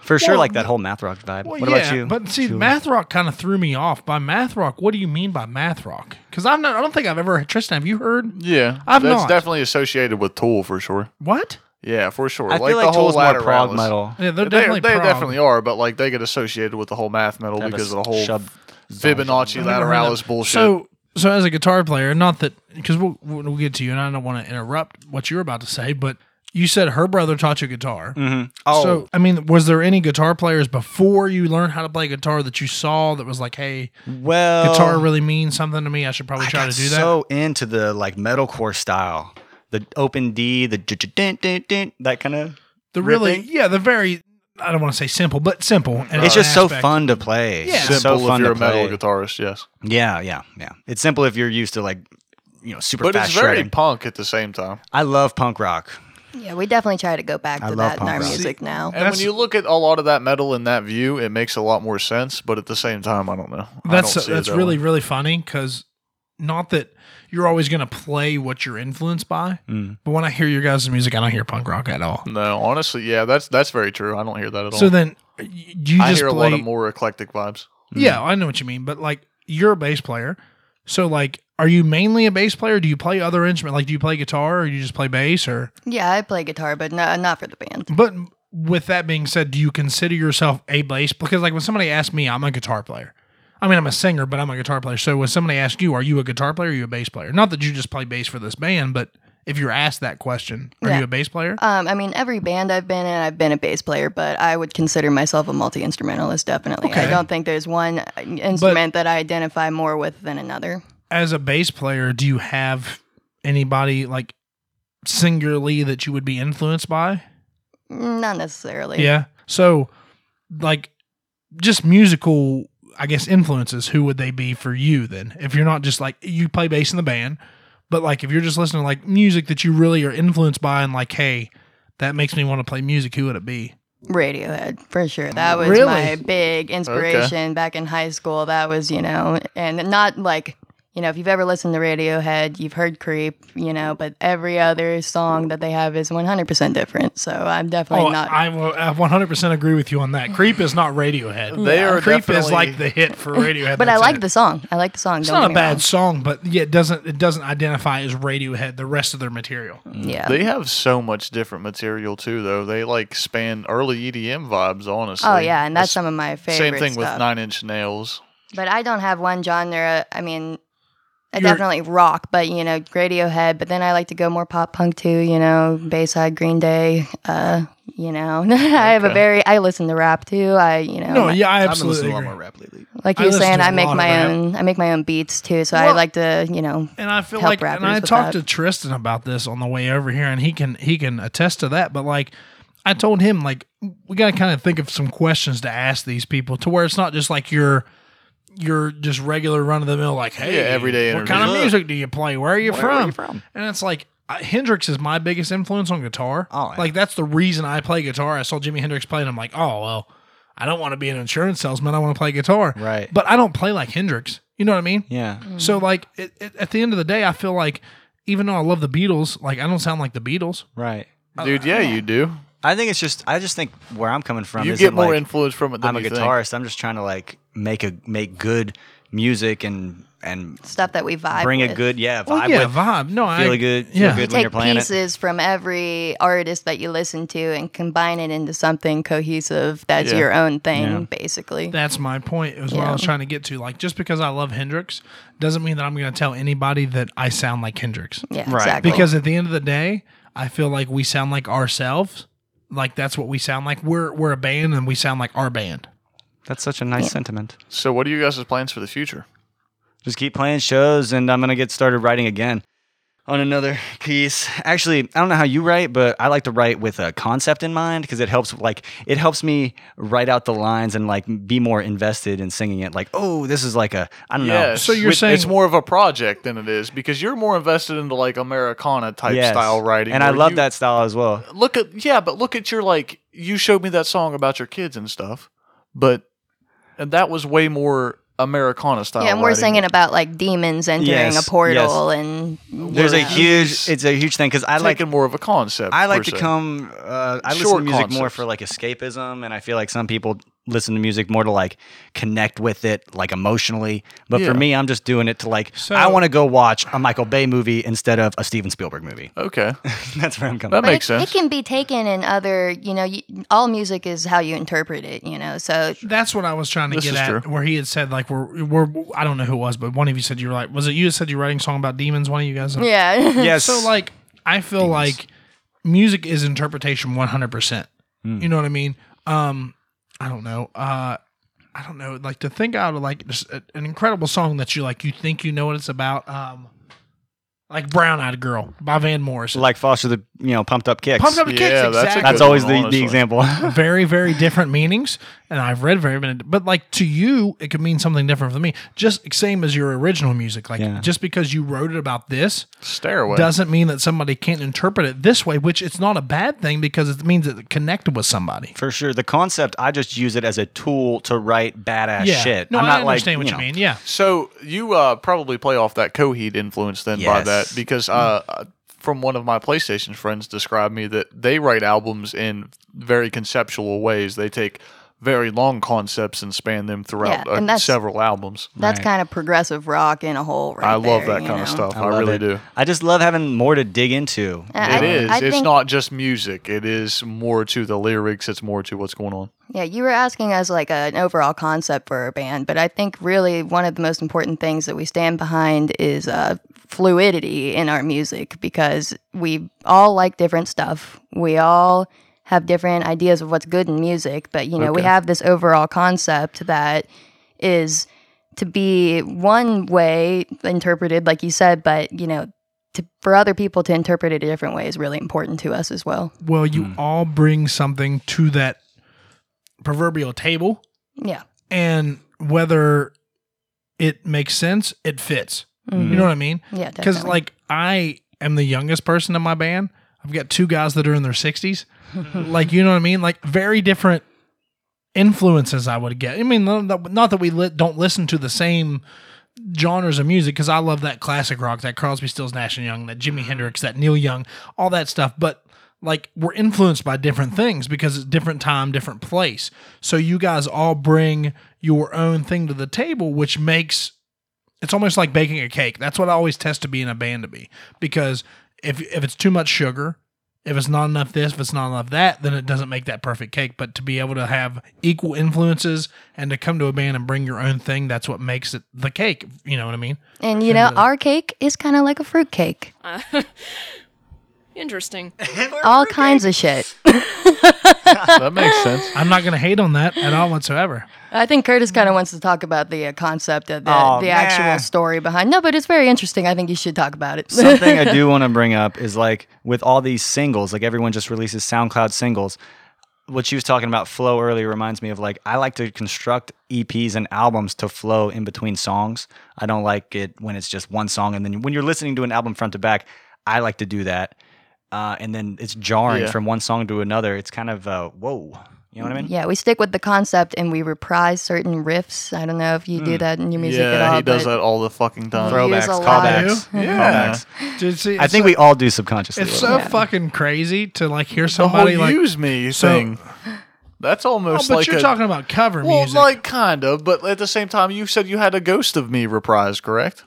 [SPEAKER 1] for sure,
[SPEAKER 3] Well,
[SPEAKER 1] like that whole math rock vibe.
[SPEAKER 3] Well,
[SPEAKER 1] what
[SPEAKER 3] yeah,
[SPEAKER 1] about you?
[SPEAKER 3] But see,
[SPEAKER 1] Julie?
[SPEAKER 3] math rock kind of threw me off. By math rock, what do you mean by math rock? Because I'm not. I don't think I've ever. Tristan, have you heard
[SPEAKER 4] Yeah.
[SPEAKER 3] I've
[SPEAKER 4] That's
[SPEAKER 3] not.
[SPEAKER 4] definitely associated with Tool for sure.
[SPEAKER 3] what?
[SPEAKER 4] Yeah, for sure.
[SPEAKER 1] I feel like,
[SPEAKER 4] the whole
[SPEAKER 1] Tool's more
[SPEAKER 4] ladder round
[SPEAKER 1] prog
[SPEAKER 4] was-
[SPEAKER 1] metal.
[SPEAKER 3] Yeah, they're
[SPEAKER 4] They-
[SPEAKER 3] definitely.
[SPEAKER 4] they
[SPEAKER 3] prog.
[SPEAKER 4] definitely are, but like they get associated with the whole math metal
[SPEAKER 1] Have a
[SPEAKER 4] because of the whole
[SPEAKER 1] shove-
[SPEAKER 4] Fibonacci
[SPEAKER 3] Never heard
[SPEAKER 4] lateralis
[SPEAKER 3] of-
[SPEAKER 4] bullshit.
[SPEAKER 3] So, so as a guitar player, not that because we'll we'll get to you, and I don't want to interrupt what you're about to say, but you said her brother taught you guitar.
[SPEAKER 4] Mm-hmm.
[SPEAKER 1] Oh,
[SPEAKER 3] So, I mean, was there any guitar players before you learned how to play guitar that you saw that was like, hey,
[SPEAKER 1] well,
[SPEAKER 4] Oh.
[SPEAKER 3] guitar really means something to me? I should probably try
[SPEAKER 1] got
[SPEAKER 3] to do that.
[SPEAKER 1] so into the like metalcore style, the open D, the j- j- dun, dun, dun, that kind of.
[SPEAKER 3] the really,
[SPEAKER 1] ripping.
[SPEAKER 3] yeah, the very, I don't want to say simple, but simple. in
[SPEAKER 1] It's
[SPEAKER 3] an
[SPEAKER 1] just so
[SPEAKER 3] aspect.
[SPEAKER 1] fun to play.
[SPEAKER 3] Yeah.
[SPEAKER 1] It's
[SPEAKER 4] Simple
[SPEAKER 1] just so fun
[SPEAKER 4] if you're
[SPEAKER 1] to
[SPEAKER 4] a metal
[SPEAKER 1] play.
[SPEAKER 4] guitarist, yes.
[SPEAKER 1] Yeah, yeah, yeah. It's simple if you're used to like, you know, super
[SPEAKER 4] But
[SPEAKER 1] fast
[SPEAKER 4] it's very
[SPEAKER 1] shredding.
[SPEAKER 4] punk at the same time.
[SPEAKER 1] I love punk rock.
[SPEAKER 2] yeah, we definitely try to go back
[SPEAKER 1] I
[SPEAKER 2] to
[SPEAKER 1] love
[SPEAKER 2] that in
[SPEAKER 1] punk
[SPEAKER 2] our
[SPEAKER 1] rock.
[SPEAKER 2] music now.
[SPEAKER 4] And when you look at a lot of that metal in that view, it makes a lot more sense. But at the same time, I don't know. I
[SPEAKER 3] That's
[SPEAKER 4] don't see it
[SPEAKER 3] that's
[SPEAKER 4] that
[SPEAKER 3] really
[SPEAKER 4] way.
[SPEAKER 3] really funny because not that you're always going to play what you're influenced by,
[SPEAKER 1] Mm.
[SPEAKER 3] but when I hear your guys' music, I don't hear punk rock at all.
[SPEAKER 4] no. Honestly, yeah, that's that's very true. I don't hear that at all.
[SPEAKER 3] So then y- you
[SPEAKER 4] I
[SPEAKER 3] just
[SPEAKER 4] hear
[SPEAKER 3] play.
[SPEAKER 4] a lot of more eclectic vibes.
[SPEAKER 3] yeah, I know what you mean, but like you're a bass player, so like, are you mainly a bass player? Do you play other instrument? Like, do you play guitar or you just play bass? Or
[SPEAKER 2] Yeah, I play guitar, but no, not for the band.
[SPEAKER 3] but with that being said, do you consider yourself a bass? Because like when somebody asks me, I'm a guitar player. I mean, I'm a singer, but I'm a guitar player. So when somebody asks you, "Are you a guitar player? Or are you a bass player?" Not that you just play bass for this band, but if you're asked that question, "Are
[SPEAKER 2] Yeah.
[SPEAKER 3] you a bass player?"
[SPEAKER 2] Um, I mean, every band I've been in, I've been a bass player, but I would consider myself a multi instrumentalist, definitely.
[SPEAKER 3] Okay.
[SPEAKER 2] I don't think there's one uh, instrument that I identify more with than another.
[SPEAKER 3] As a bass player, do you have anybody like singularly that you would be influenced by?
[SPEAKER 2] Not necessarily.
[SPEAKER 3] Yeah. So, like, just musical, I guess, influences, who would they be for you then? If you're not just like, you play bass in the band, but like, if you're just listening to like music that you really are influenced by and like, hey, that makes me want to play music, who would it be?
[SPEAKER 2] Radiohead, for sure. That was
[SPEAKER 3] Oh, Really?
[SPEAKER 2] my big inspiration back in high school. That was, you know, and not like, you know, if you've ever listened to Radiohead, you've heard Creep, you know, but every other song that they have is 100% different. So I'm definitely
[SPEAKER 3] Oh,
[SPEAKER 2] not.
[SPEAKER 3] I, will- I 100% agree with you on that. Creep is not Radiohead.
[SPEAKER 4] They are
[SPEAKER 3] Creep
[SPEAKER 4] definitely
[SPEAKER 3] is like the hit for Radiohead.
[SPEAKER 2] but I
[SPEAKER 3] that's
[SPEAKER 2] like
[SPEAKER 3] it.
[SPEAKER 2] the song. I like the song.
[SPEAKER 3] It's
[SPEAKER 2] don't
[SPEAKER 3] not
[SPEAKER 2] get
[SPEAKER 3] a
[SPEAKER 2] me
[SPEAKER 3] bad
[SPEAKER 2] wrong.
[SPEAKER 3] song, but yeah, it doesn't it doesn't identify as Radiohead the rest of their material.
[SPEAKER 2] Yeah.
[SPEAKER 4] They have so much different material too, though. They like span early EDM vibes, honestly.
[SPEAKER 2] Oh yeah, and that's some of my favorite
[SPEAKER 4] same thing
[SPEAKER 2] stuff.
[SPEAKER 4] with Nine Inch Nails.
[SPEAKER 2] But I don't have one genre. I mean, I
[SPEAKER 3] You're-
[SPEAKER 2] definitely rock, but you know, Radiohead. But then I like to go more pop punk too. You know, Bayside, Green Day. Uh, you know, I have a
[SPEAKER 4] Okay.
[SPEAKER 2] very. I listen to rap too. I you know,
[SPEAKER 3] No,
[SPEAKER 2] my-
[SPEAKER 3] yeah, I
[SPEAKER 5] I've been
[SPEAKER 3] absolutely
[SPEAKER 5] listening to a lot
[SPEAKER 3] agree.
[SPEAKER 5] more rap lately.
[SPEAKER 2] like
[SPEAKER 3] I
[SPEAKER 2] you're
[SPEAKER 3] listen
[SPEAKER 2] saying,
[SPEAKER 3] to a
[SPEAKER 2] I make
[SPEAKER 3] lot of
[SPEAKER 2] my
[SPEAKER 3] rap.
[SPEAKER 2] own. I make my own beats too. So I
[SPEAKER 3] Well-
[SPEAKER 2] like to you know.
[SPEAKER 3] and I feel
[SPEAKER 2] help
[SPEAKER 3] like, and
[SPEAKER 2] rappers
[SPEAKER 3] I
[SPEAKER 2] with
[SPEAKER 3] talked
[SPEAKER 2] that.
[SPEAKER 3] to Tristan about this on the way over here, and he can he can attest to that. But like, I told him like we got to kind of think of some questions to ask these people to where it's not just like your your just regular run of the mill like, hey,
[SPEAKER 4] Yeah, everyday
[SPEAKER 3] What
[SPEAKER 4] interview.
[SPEAKER 3] kind of
[SPEAKER 4] Yeah.
[SPEAKER 3] music do you play? Where are you,
[SPEAKER 5] Where
[SPEAKER 3] from?
[SPEAKER 5] are you from?
[SPEAKER 3] And it's like. I- Hendrix is my biggest influence on guitar.
[SPEAKER 5] Oh, yeah.
[SPEAKER 3] Like that's the reason I play guitar. I saw Jimi Hendrix play, and I'm like, oh well, I don't want to be an insurance salesman. I want to play guitar.
[SPEAKER 1] Right.
[SPEAKER 3] But I don't play like Hendrix. You know what I mean?
[SPEAKER 1] Yeah.
[SPEAKER 3] So like it, it, at the end of the day, I feel like even though I love the Beatles, like I don't sound like the Beatles.
[SPEAKER 1] Right.
[SPEAKER 4] Dude, yeah, you do.
[SPEAKER 1] I think it's just I just think where I'm coming from
[SPEAKER 4] you
[SPEAKER 1] isn't
[SPEAKER 4] get more
[SPEAKER 1] like,
[SPEAKER 4] influence from it than
[SPEAKER 1] I'm a
[SPEAKER 4] you
[SPEAKER 1] guitarist. I'm just trying to like make a make good music and and
[SPEAKER 2] Stuff that we vibe.
[SPEAKER 1] bring a
[SPEAKER 2] with.
[SPEAKER 1] good yeah vibe
[SPEAKER 3] Well, yeah,
[SPEAKER 1] with
[SPEAKER 3] vibe. No, I
[SPEAKER 1] feel good feel
[SPEAKER 3] yeah.
[SPEAKER 1] good
[SPEAKER 2] You
[SPEAKER 1] when you're
[SPEAKER 2] take
[SPEAKER 1] playing it.
[SPEAKER 2] pieces from every artist that you listen to and combine it into something cohesive that's
[SPEAKER 4] Yeah.
[SPEAKER 2] your own thing,
[SPEAKER 1] Yeah.
[SPEAKER 2] basically.
[SPEAKER 3] That's my point. It was what I
[SPEAKER 2] Yeah.
[SPEAKER 3] was trying to get to. Like just because I love Hendrix doesn't mean that I'm going to tell anybody that I sound like Hendrix.
[SPEAKER 2] yeah,
[SPEAKER 1] Right.
[SPEAKER 2] exactly.
[SPEAKER 3] Because at the end of the day, I feel like we sound like ourselves. Like that's what we sound like. We're we're a band and we sound like our band.
[SPEAKER 1] That's such a nice sentiment.
[SPEAKER 4] Think. So, what are you guys' plans for the future?
[SPEAKER 1] Just keep playing shows, and I'm gonna get started writing again on another piece. Actually, I don't know how you write, but I like to write with a concept in mind because it helps. Like it helps me write out the lines and like be more invested in singing it. Like, oh, this is like a I don't know.
[SPEAKER 4] Yes.
[SPEAKER 3] So you're
[SPEAKER 4] With-
[SPEAKER 3] saying-
[SPEAKER 4] it's more of a project than it is because you're more invested into like Americana type
[SPEAKER 1] Yes.
[SPEAKER 4] style writing,
[SPEAKER 1] and I
[SPEAKER 4] where
[SPEAKER 1] love
[SPEAKER 4] you-
[SPEAKER 1] that style as well.
[SPEAKER 4] Look at yeah, but look at your like you showed me that song about your kids and stuff, but and that was way more Americana style.
[SPEAKER 2] yeah, and we're
[SPEAKER 4] writing.
[SPEAKER 2] singing about like demons entering
[SPEAKER 1] Yes,
[SPEAKER 2] a portal and
[SPEAKER 1] There's a
[SPEAKER 2] Yeah.
[SPEAKER 1] huge, it's a huge thing because I like
[SPEAKER 4] taking more of a concept.
[SPEAKER 1] I like
[SPEAKER 4] per
[SPEAKER 1] to
[SPEAKER 4] se.
[SPEAKER 1] come. Uh, I listen
[SPEAKER 4] Short
[SPEAKER 1] to music more
[SPEAKER 4] concepts.
[SPEAKER 1] for like escapism, and I feel like some people listen to music more to like connect with it, like emotionally. But
[SPEAKER 4] Yeah.
[SPEAKER 1] for me, I'm just doing it to like
[SPEAKER 3] So-
[SPEAKER 1] I want to go watch a Michael Bay movie instead of a Steven Spielberg movie.
[SPEAKER 4] Okay,
[SPEAKER 1] That's where I'm coming.
[SPEAKER 4] that
[SPEAKER 1] from.
[SPEAKER 2] But
[SPEAKER 4] makes
[SPEAKER 2] it,
[SPEAKER 4] sense.
[SPEAKER 2] It can be taken in other, you know, you, all music is how you interpret it, you know. So
[SPEAKER 3] That's what I was trying to
[SPEAKER 4] This
[SPEAKER 3] get
[SPEAKER 4] is
[SPEAKER 3] at.
[SPEAKER 4] true.
[SPEAKER 3] Where he had said like we're we're I don't know who it was, but one of you said you were like was it you that said you're writing a song about demons? One of you guys?
[SPEAKER 2] yeah.
[SPEAKER 1] Yes.
[SPEAKER 3] So like I feel like music is interpretation 100%.
[SPEAKER 4] Hmm.
[SPEAKER 3] You know what I mean? Um I don't know. Uh I don't know. Like to think out of like just a- an incredible song that you like you think you know what it's about um like Brown Eyed Girl by Van Morrison.
[SPEAKER 1] like Foster the you know pumped up kicks.
[SPEAKER 3] Pumped Up Kicks
[SPEAKER 4] Yeah, that's a
[SPEAKER 3] exactly.
[SPEAKER 1] That's
[SPEAKER 4] Good
[SPEAKER 1] always
[SPEAKER 4] one,
[SPEAKER 1] the,
[SPEAKER 4] honestly.
[SPEAKER 1] the example.
[SPEAKER 3] very very different meanings and i've read very many but like to you it could mean something different for me just same as your original music like
[SPEAKER 1] Yeah.
[SPEAKER 3] just because you wrote it about this
[SPEAKER 4] Stairway.
[SPEAKER 3] doesn't mean that somebody can't interpret it this way which it's not a bad thing because it means it connected with somebody
[SPEAKER 1] For sure, the concept I just use it as a tool to write badass
[SPEAKER 3] yeah
[SPEAKER 1] shit.
[SPEAKER 3] no
[SPEAKER 1] I'm
[SPEAKER 3] i
[SPEAKER 1] not
[SPEAKER 3] understand
[SPEAKER 1] like,
[SPEAKER 3] what you,
[SPEAKER 1] know,
[SPEAKER 3] mean yeah
[SPEAKER 4] So you uh, probably play off that Coheed influence then by
[SPEAKER 1] Yes. Mm.
[SPEAKER 4] that because uh, uh, from one of my PlayStation friends described me that they write albums in very conceptual ways. They take very long concepts and span them throughout
[SPEAKER 2] Yeah, and
[SPEAKER 4] uh,
[SPEAKER 2] that's-
[SPEAKER 4] several albums.
[SPEAKER 2] That's
[SPEAKER 1] Right.
[SPEAKER 2] kind of progressive rock in a whole. Right
[SPEAKER 4] I love
[SPEAKER 2] there,
[SPEAKER 4] that
[SPEAKER 2] you
[SPEAKER 4] kind
[SPEAKER 2] know?
[SPEAKER 4] of stuff. I,
[SPEAKER 1] love
[SPEAKER 4] really
[SPEAKER 1] it.
[SPEAKER 4] do.
[SPEAKER 1] I just love having more to dig into.
[SPEAKER 2] Uh, I-
[SPEAKER 4] It is.
[SPEAKER 2] I
[SPEAKER 4] it's
[SPEAKER 2] think-
[SPEAKER 4] not just music. It is more to the lyrics. It's more to what's going on.
[SPEAKER 2] Yeah, you were asking us like an overall concept for a band, but I think really one of the most important things that we stand behind is uh, fluidity in our music because we all like different stuff. We all have different ideas of what's good in music, but you know, we
[SPEAKER 4] Okay.
[SPEAKER 2] have this overall concept that is to be one way interpreted, like you said, but you know, to, for other people to interpret it a different way is really important to us as well.
[SPEAKER 3] Well, you
[SPEAKER 1] Mm.
[SPEAKER 3] all bring something to that proverbial table,
[SPEAKER 2] Yeah.
[SPEAKER 3] and whether it makes sense, it fits.
[SPEAKER 1] Hmm.
[SPEAKER 3] You know what I mean?
[SPEAKER 2] Yeah, definitely.
[SPEAKER 3] Because like I am the youngest person in my band. I've got two guys that are in their sixties. like you know what I mean? Like very different influences I would get. I mean, not that- not that we lit, don't listen to the same genres of music because I love that classic rock, that Crosby, Stills, Nash and Young, that Jimi Hendrix, that Neil Young, all that stuff. But like we're influenced by different things because it's different time, different place. So you guys all bring your own thing to the table, which makes it's almost like baking a cake. That's what I always test to be in a band to be because if if it's too much sugar, if it's not enough this, if it's not enough that, then it doesn't make that perfect cake. But to be able to have equal influences and to come to a band and bring your own thing, that's what makes it the cake. You know what I mean?
[SPEAKER 2] And you know, our cake is kind of like a fruit cake.
[SPEAKER 5] Interesting.
[SPEAKER 2] All kinds of shit.
[SPEAKER 4] that makes sense.
[SPEAKER 3] I'm not gonna hate on that at all whatsoever.
[SPEAKER 2] I think Curtis kind of wants to talk about the uh, concept of the,
[SPEAKER 4] Oh,
[SPEAKER 1] Aw,
[SPEAKER 2] the actual
[SPEAKER 1] man.
[SPEAKER 2] story behind. No, but it's very interesting. I think you should talk about it.
[SPEAKER 1] Something I do want to bring up is like with all these singles, like everyone just releases SoundCloud singles. What she was talking about flow earlier reminds me of like I like to construct EPs and albums to flow in between songs. I don't like it when it's just one song and then when you're listening to an album front to back, I like to do that. Uh, and then it's jarring
[SPEAKER 4] Yeah.
[SPEAKER 1] from one song to another. It's kind of uh, whoa. You know what I mean?
[SPEAKER 2] yeah, we stick with the concept and we reprise certain riffs. I don't know if you do that in your music
[SPEAKER 4] Mm. yeah,
[SPEAKER 2] at all.
[SPEAKER 4] he does
[SPEAKER 2] but
[SPEAKER 4] that all the fucking time.
[SPEAKER 2] Throw-
[SPEAKER 1] Throwbacks,
[SPEAKER 2] Use a lot.
[SPEAKER 1] callbacks,
[SPEAKER 3] I do?
[SPEAKER 4] Yeah.
[SPEAKER 1] callbacks.
[SPEAKER 3] Dude, see,
[SPEAKER 1] I
[SPEAKER 3] it's
[SPEAKER 1] think
[SPEAKER 3] so-
[SPEAKER 1] we all do subconsciously.
[SPEAKER 3] it's
[SPEAKER 1] a
[SPEAKER 3] so
[SPEAKER 1] little bit.
[SPEAKER 3] fucking crazy to like hear
[SPEAKER 4] The whole
[SPEAKER 3] somebody like.
[SPEAKER 4] use me
[SPEAKER 3] So-
[SPEAKER 4] thing. That's
[SPEAKER 3] Oh,
[SPEAKER 4] almost
[SPEAKER 3] but
[SPEAKER 4] like
[SPEAKER 3] you're
[SPEAKER 4] a,
[SPEAKER 3] talking about cover
[SPEAKER 4] well,
[SPEAKER 3] music.
[SPEAKER 4] like kind of, but at the same time, you said you had a Ghost of Me reprise, correct?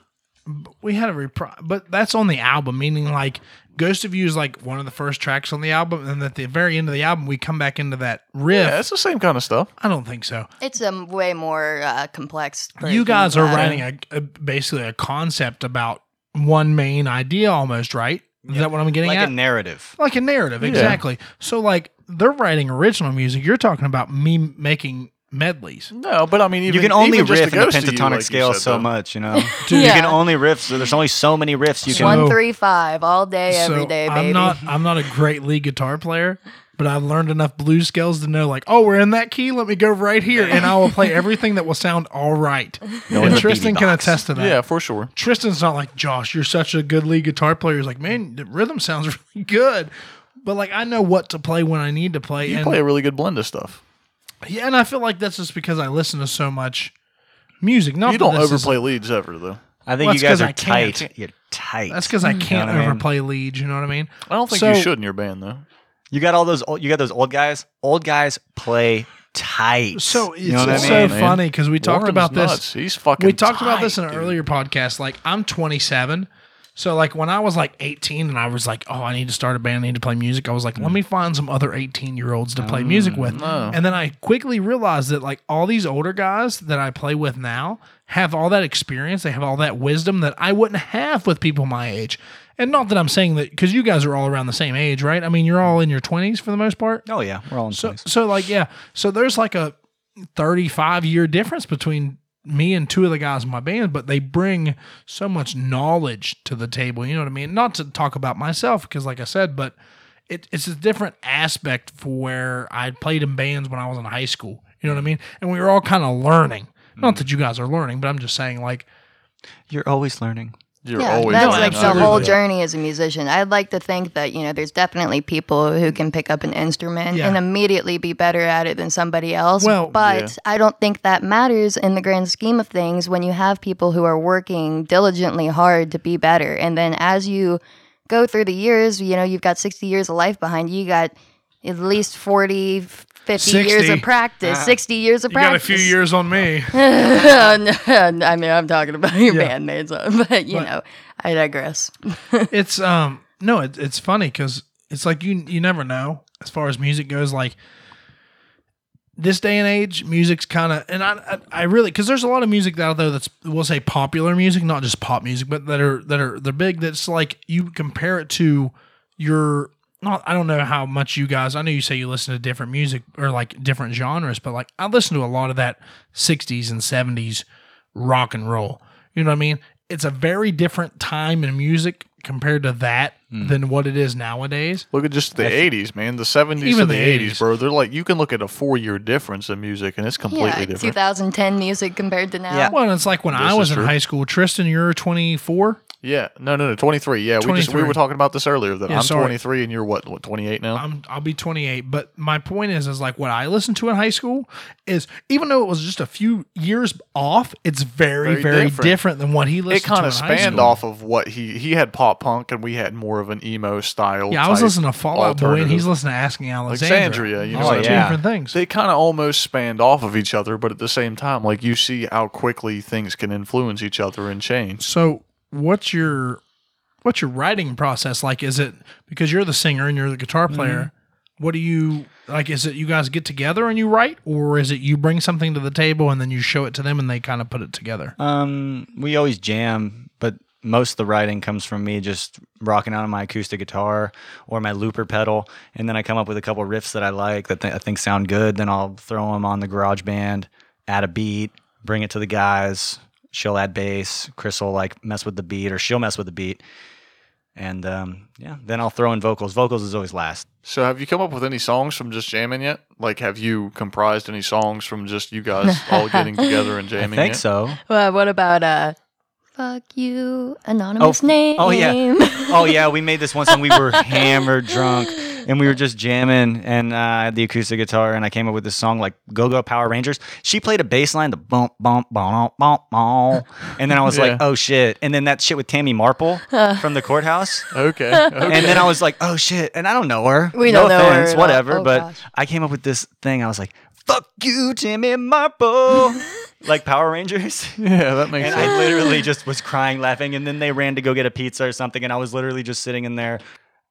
[SPEAKER 3] we had a reprise, but that's on the album, meaning like Ghost of You is like one of the first tracks on the album, and at the very end of the album, we come back into that riff.
[SPEAKER 4] Yeah, it's the same kind of stuff.
[SPEAKER 3] I don't think so.
[SPEAKER 2] It's a m- way more uh, complex. version
[SPEAKER 3] You guys are
[SPEAKER 2] of that.
[SPEAKER 3] writing a, a basically a concept about one main idea, almost right? Is that what I'm getting
[SPEAKER 1] like
[SPEAKER 3] at?
[SPEAKER 1] a narrative.
[SPEAKER 3] like a narrative, exactly. So like they're writing original music. You're talking about me making medleys.
[SPEAKER 4] No, but I mean, even,
[SPEAKER 1] you can only
[SPEAKER 4] even just
[SPEAKER 1] riff
[SPEAKER 4] the
[SPEAKER 1] in the
[SPEAKER 4] Ghost of You,
[SPEAKER 1] pentatonic
[SPEAKER 4] like you
[SPEAKER 1] scale
[SPEAKER 4] said,
[SPEAKER 1] so
[SPEAKER 4] though.
[SPEAKER 1] much, you know. You
[SPEAKER 2] Yeah.
[SPEAKER 1] can only riff. So there's only so many riffs you can.
[SPEAKER 2] One, three, five, all day, every
[SPEAKER 3] so
[SPEAKER 2] day, baby.
[SPEAKER 3] I'm not I'm not a great lead guitar player, but I've learned enough blues scales to know like, oh, we're in that key. Let me go right here, and I will play everything that will sound all right.
[SPEAKER 1] No,
[SPEAKER 3] and
[SPEAKER 1] it's a
[SPEAKER 3] Tristan
[SPEAKER 1] beatbox.
[SPEAKER 3] can attest to that.
[SPEAKER 4] Yeah, for sure.
[SPEAKER 3] Tristan's not like Josh. You're such a good lead guitar player. He's like, man, the rhythm sounds really good. But like I know what to play when I need to play.
[SPEAKER 4] You
[SPEAKER 3] and
[SPEAKER 4] play a really good blend of stuff.
[SPEAKER 3] yeah, and I feel like that's just because I listen to so much music. Not
[SPEAKER 4] You
[SPEAKER 3] that
[SPEAKER 4] don't
[SPEAKER 3] this is-
[SPEAKER 4] overplay leads ever, though.
[SPEAKER 1] I think
[SPEAKER 3] Well,
[SPEAKER 1] you
[SPEAKER 3] that's
[SPEAKER 1] guys
[SPEAKER 3] 'cause
[SPEAKER 1] are
[SPEAKER 3] I can't.
[SPEAKER 1] tight. You're tight.
[SPEAKER 3] That's because I can't
[SPEAKER 1] what I mean?
[SPEAKER 3] overplay leads. You know what I mean?
[SPEAKER 4] I don't think
[SPEAKER 3] So-
[SPEAKER 4] you should in your band, though.
[SPEAKER 1] you got all those. Old, you got those old guys. Old guys play tight.
[SPEAKER 3] So it's
[SPEAKER 1] you know what I
[SPEAKER 3] so
[SPEAKER 1] mean?
[SPEAKER 4] man?
[SPEAKER 3] funny because we talked
[SPEAKER 4] Warren's
[SPEAKER 3] about this.
[SPEAKER 4] nuts. He's fucking.
[SPEAKER 3] we talked about this in
[SPEAKER 4] tight,
[SPEAKER 3] an
[SPEAKER 4] dude.
[SPEAKER 3] earlier podcast. Like I'm 27, so like when I was like 18 and I was like, oh, I need to start a band, I need to play music. I was like, let me find some other 18 year olds to play music with.
[SPEAKER 4] Mm, no.
[SPEAKER 3] And then I quickly realized that like all these older guys that I play with now have all that experience, they have all that wisdom that I wouldn't have with people my age. And not that I'm saying that because you guys are all around the same age, right? I mean, you're all in your 20s for the most part.
[SPEAKER 1] Oh yeah, we're all in
[SPEAKER 3] So,
[SPEAKER 1] place.
[SPEAKER 3] so like, yeah. So there's like a 35 year difference between me and two of the guys in my band, but they bring so much knowledge to the table. You know what I mean? Not to talk about myself, because like I said, but it, it's a different aspect for where I played in bands when I was in high school. You know what I mean? And we were all kind of learning. Not that you guys are learning, but I'm just saying, like,
[SPEAKER 1] You're always learning.
[SPEAKER 4] You're
[SPEAKER 2] yeah,
[SPEAKER 4] always
[SPEAKER 2] that's
[SPEAKER 4] doing
[SPEAKER 2] like
[SPEAKER 4] that.
[SPEAKER 2] the whole
[SPEAKER 3] Absolutely.
[SPEAKER 2] journey as a musician. I'd like to think that you know there's definitely people who can pick up an instrument
[SPEAKER 3] Yeah.
[SPEAKER 2] and immediately be better at it than somebody else.
[SPEAKER 3] Well-
[SPEAKER 2] but
[SPEAKER 4] Yeah.
[SPEAKER 2] I don't think that matters in the grand scheme of things when you have people who are working diligently hard to be better, and then as you go through the years, you know you've got 60 years of life behind you. You got at least 40, 50 years
[SPEAKER 3] 60.
[SPEAKER 2] of practice, 60 years of
[SPEAKER 3] Ah. You got a
[SPEAKER 2] practice.
[SPEAKER 3] few years on me.
[SPEAKER 2] I mean, I'm talking about your
[SPEAKER 3] Yeah.
[SPEAKER 2] bandmates, but you
[SPEAKER 3] But-
[SPEAKER 2] know, I digress.
[SPEAKER 3] it's um no, it, it's funny because it's like you you never know as far as music goes. Like this day and age, music's kind of and I I, I really because there's a lot of music out there that's we'll say popular music, not just pop music, but that are that are they're big. That's like you compare it to your. Not, I don't know how much you guys. I know you say you listen to different music or like different genres, but like I listen to a lot of that '60s and '70s rock and roll. You know what I mean? It's a very different time in music compared to that
[SPEAKER 4] Hmm.
[SPEAKER 3] than what it is nowadays.
[SPEAKER 4] Look at just the 80s, man. The 70s
[SPEAKER 3] Even
[SPEAKER 4] to the,
[SPEAKER 3] the
[SPEAKER 4] 80s,
[SPEAKER 3] 80s.
[SPEAKER 4] bro. They're like, you can look at a four year difference in music and it's completely
[SPEAKER 2] yeah,
[SPEAKER 4] different.
[SPEAKER 2] 2010 music compared to now.
[SPEAKER 1] Yeah.
[SPEAKER 3] Well, it's like when
[SPEAKER 4] This
[SPEAKER 3] I
[SPEAKER 4] is
[SPEAKER 3] was in
[SPEAKER 4] true.
[SPEAKER 3] high school. Tristan, you're 24.
[SPEAKER 4] Yeah, no, no, no, 23. Yeah, we just
[SPEAKER 3] 23.
[SPEAKER 4] we were talking about this earlier that
[SPEAKER 3] Yeah,
[SPEAKER 4] I'm
[SPEAKER 3] sorry.
[SPEAKER 4] 23 and you're what, what 28 now?
[SPEAKER 3] I'm I'll be 28. But my point is, is like what I listened to in high school is even though it was just a few years off, it's very
[SPEAKER 4] Very
[SPEAKER 3] very,
[SPEAKER 4] different.
[SPEAKER 3] different. than what he listened
[SPEAKER 4] it
[SPEAKER 3] to.
[SPEAKER 4] kind of
[SPEAKER 3] in high
[SPEAKER 4] spanned
[SPEAKER 3] school.
[SPEAKER 4] off of what he he had pop punk and we had more of an emo style.
[SPEAKER 3] Yeah, I was
[SPEAKER 4] type
[SPEAKER 3] listening to Fallout Boy, and
[SPEAKER 4] alternative.
[SPEAKER 3] he's listening to Asking Alexandria.
[SPEAKER 4] Alexandria, you know
[SPEAKER 3] Those
[SPEAKER 1] what
[SPEAKER 3] are
[SPEAKER 1] I
[SPEAKER 3] two
[SPEAKER 1] mean?
[SPEAKER 3] different things.
[SPEAKER 4] They kind of almost spanned off of each other, but at the same time, like you see how quickly things can influence each other and change.
[SPEAKER 3] So what's your what's your writing process like? Is it because you're the singer and you're the guitar player? What do you like? Is it you guys get together and you write, or is it you bring something to the table and then you show it to them and they kind of put it together?
[SPEAKER 1] Um, we always jam, but most of the writing comes from me just rocking out on my acoustic guitar or my looper pedal, and then I come up with a couple riffs that I like that th- I think sound good. Then I'll throw them on the garage band, add a beat, bring it to the guys. She'll add bass. Chris will like mess with the beat, or she'll mess with the beat. And um, yeah, then I'll throw in vocals. Vocals is always last.
[SPEAKER 4] So, have you come up with any songs from just jamming yet? Like, have you comprised any songs from just you guys all getting together and jamming?
[SPEAKER 1] I think
[SPEAKER 4] yet?
[SPEAKER 1] so.
[SPEAKER 2] Well, what about uh, fuck you, anonymous name?
[SPEAKER 1] oh, yeah. oh yeah, we made this once and we were hammered drunk and we were just jamming and uh, I had the acoustic guitar and I came up with this song like Go Go Power Rangers. She played a bass line, the bump bump bump bump bump, and then I was
[SPEAKER 4] Yeah.
[SPEAKER 1] like, oh shit, and then that shit with Tammy Marple
[SPEAKER 2] Uh.
[SPEAKER 1] from the courthouse.
[SPEAKER 4] Okay. okay.
[SPEAKER 1] And then I was like, "Oh shit!" And I don't know her.
[SPEAKER 2] We
[SPEAKER 1] no
[SPEAKER 2] don't know her
[SPEAKER 1] offense,
[SPEAKER 2] at all.
[SPEAKER 1] whatever.
[SPEAKER 2] Oh,
[SPEAKER 1] but
[SPEAKER 2] gosh.
[SPEAKER 1] I came up with this thing. I was like, "Fuck you, Tammy Marple," like Power Rangers.
[SPEAKER 4] yeah, that makes
[SPEAKER 1] And
[SPEAKER 4] sense.
[SPEAKER 1] I literally just was crying, laughing. And then they ran to go get a pizza or something. And I was literally just sitting in there.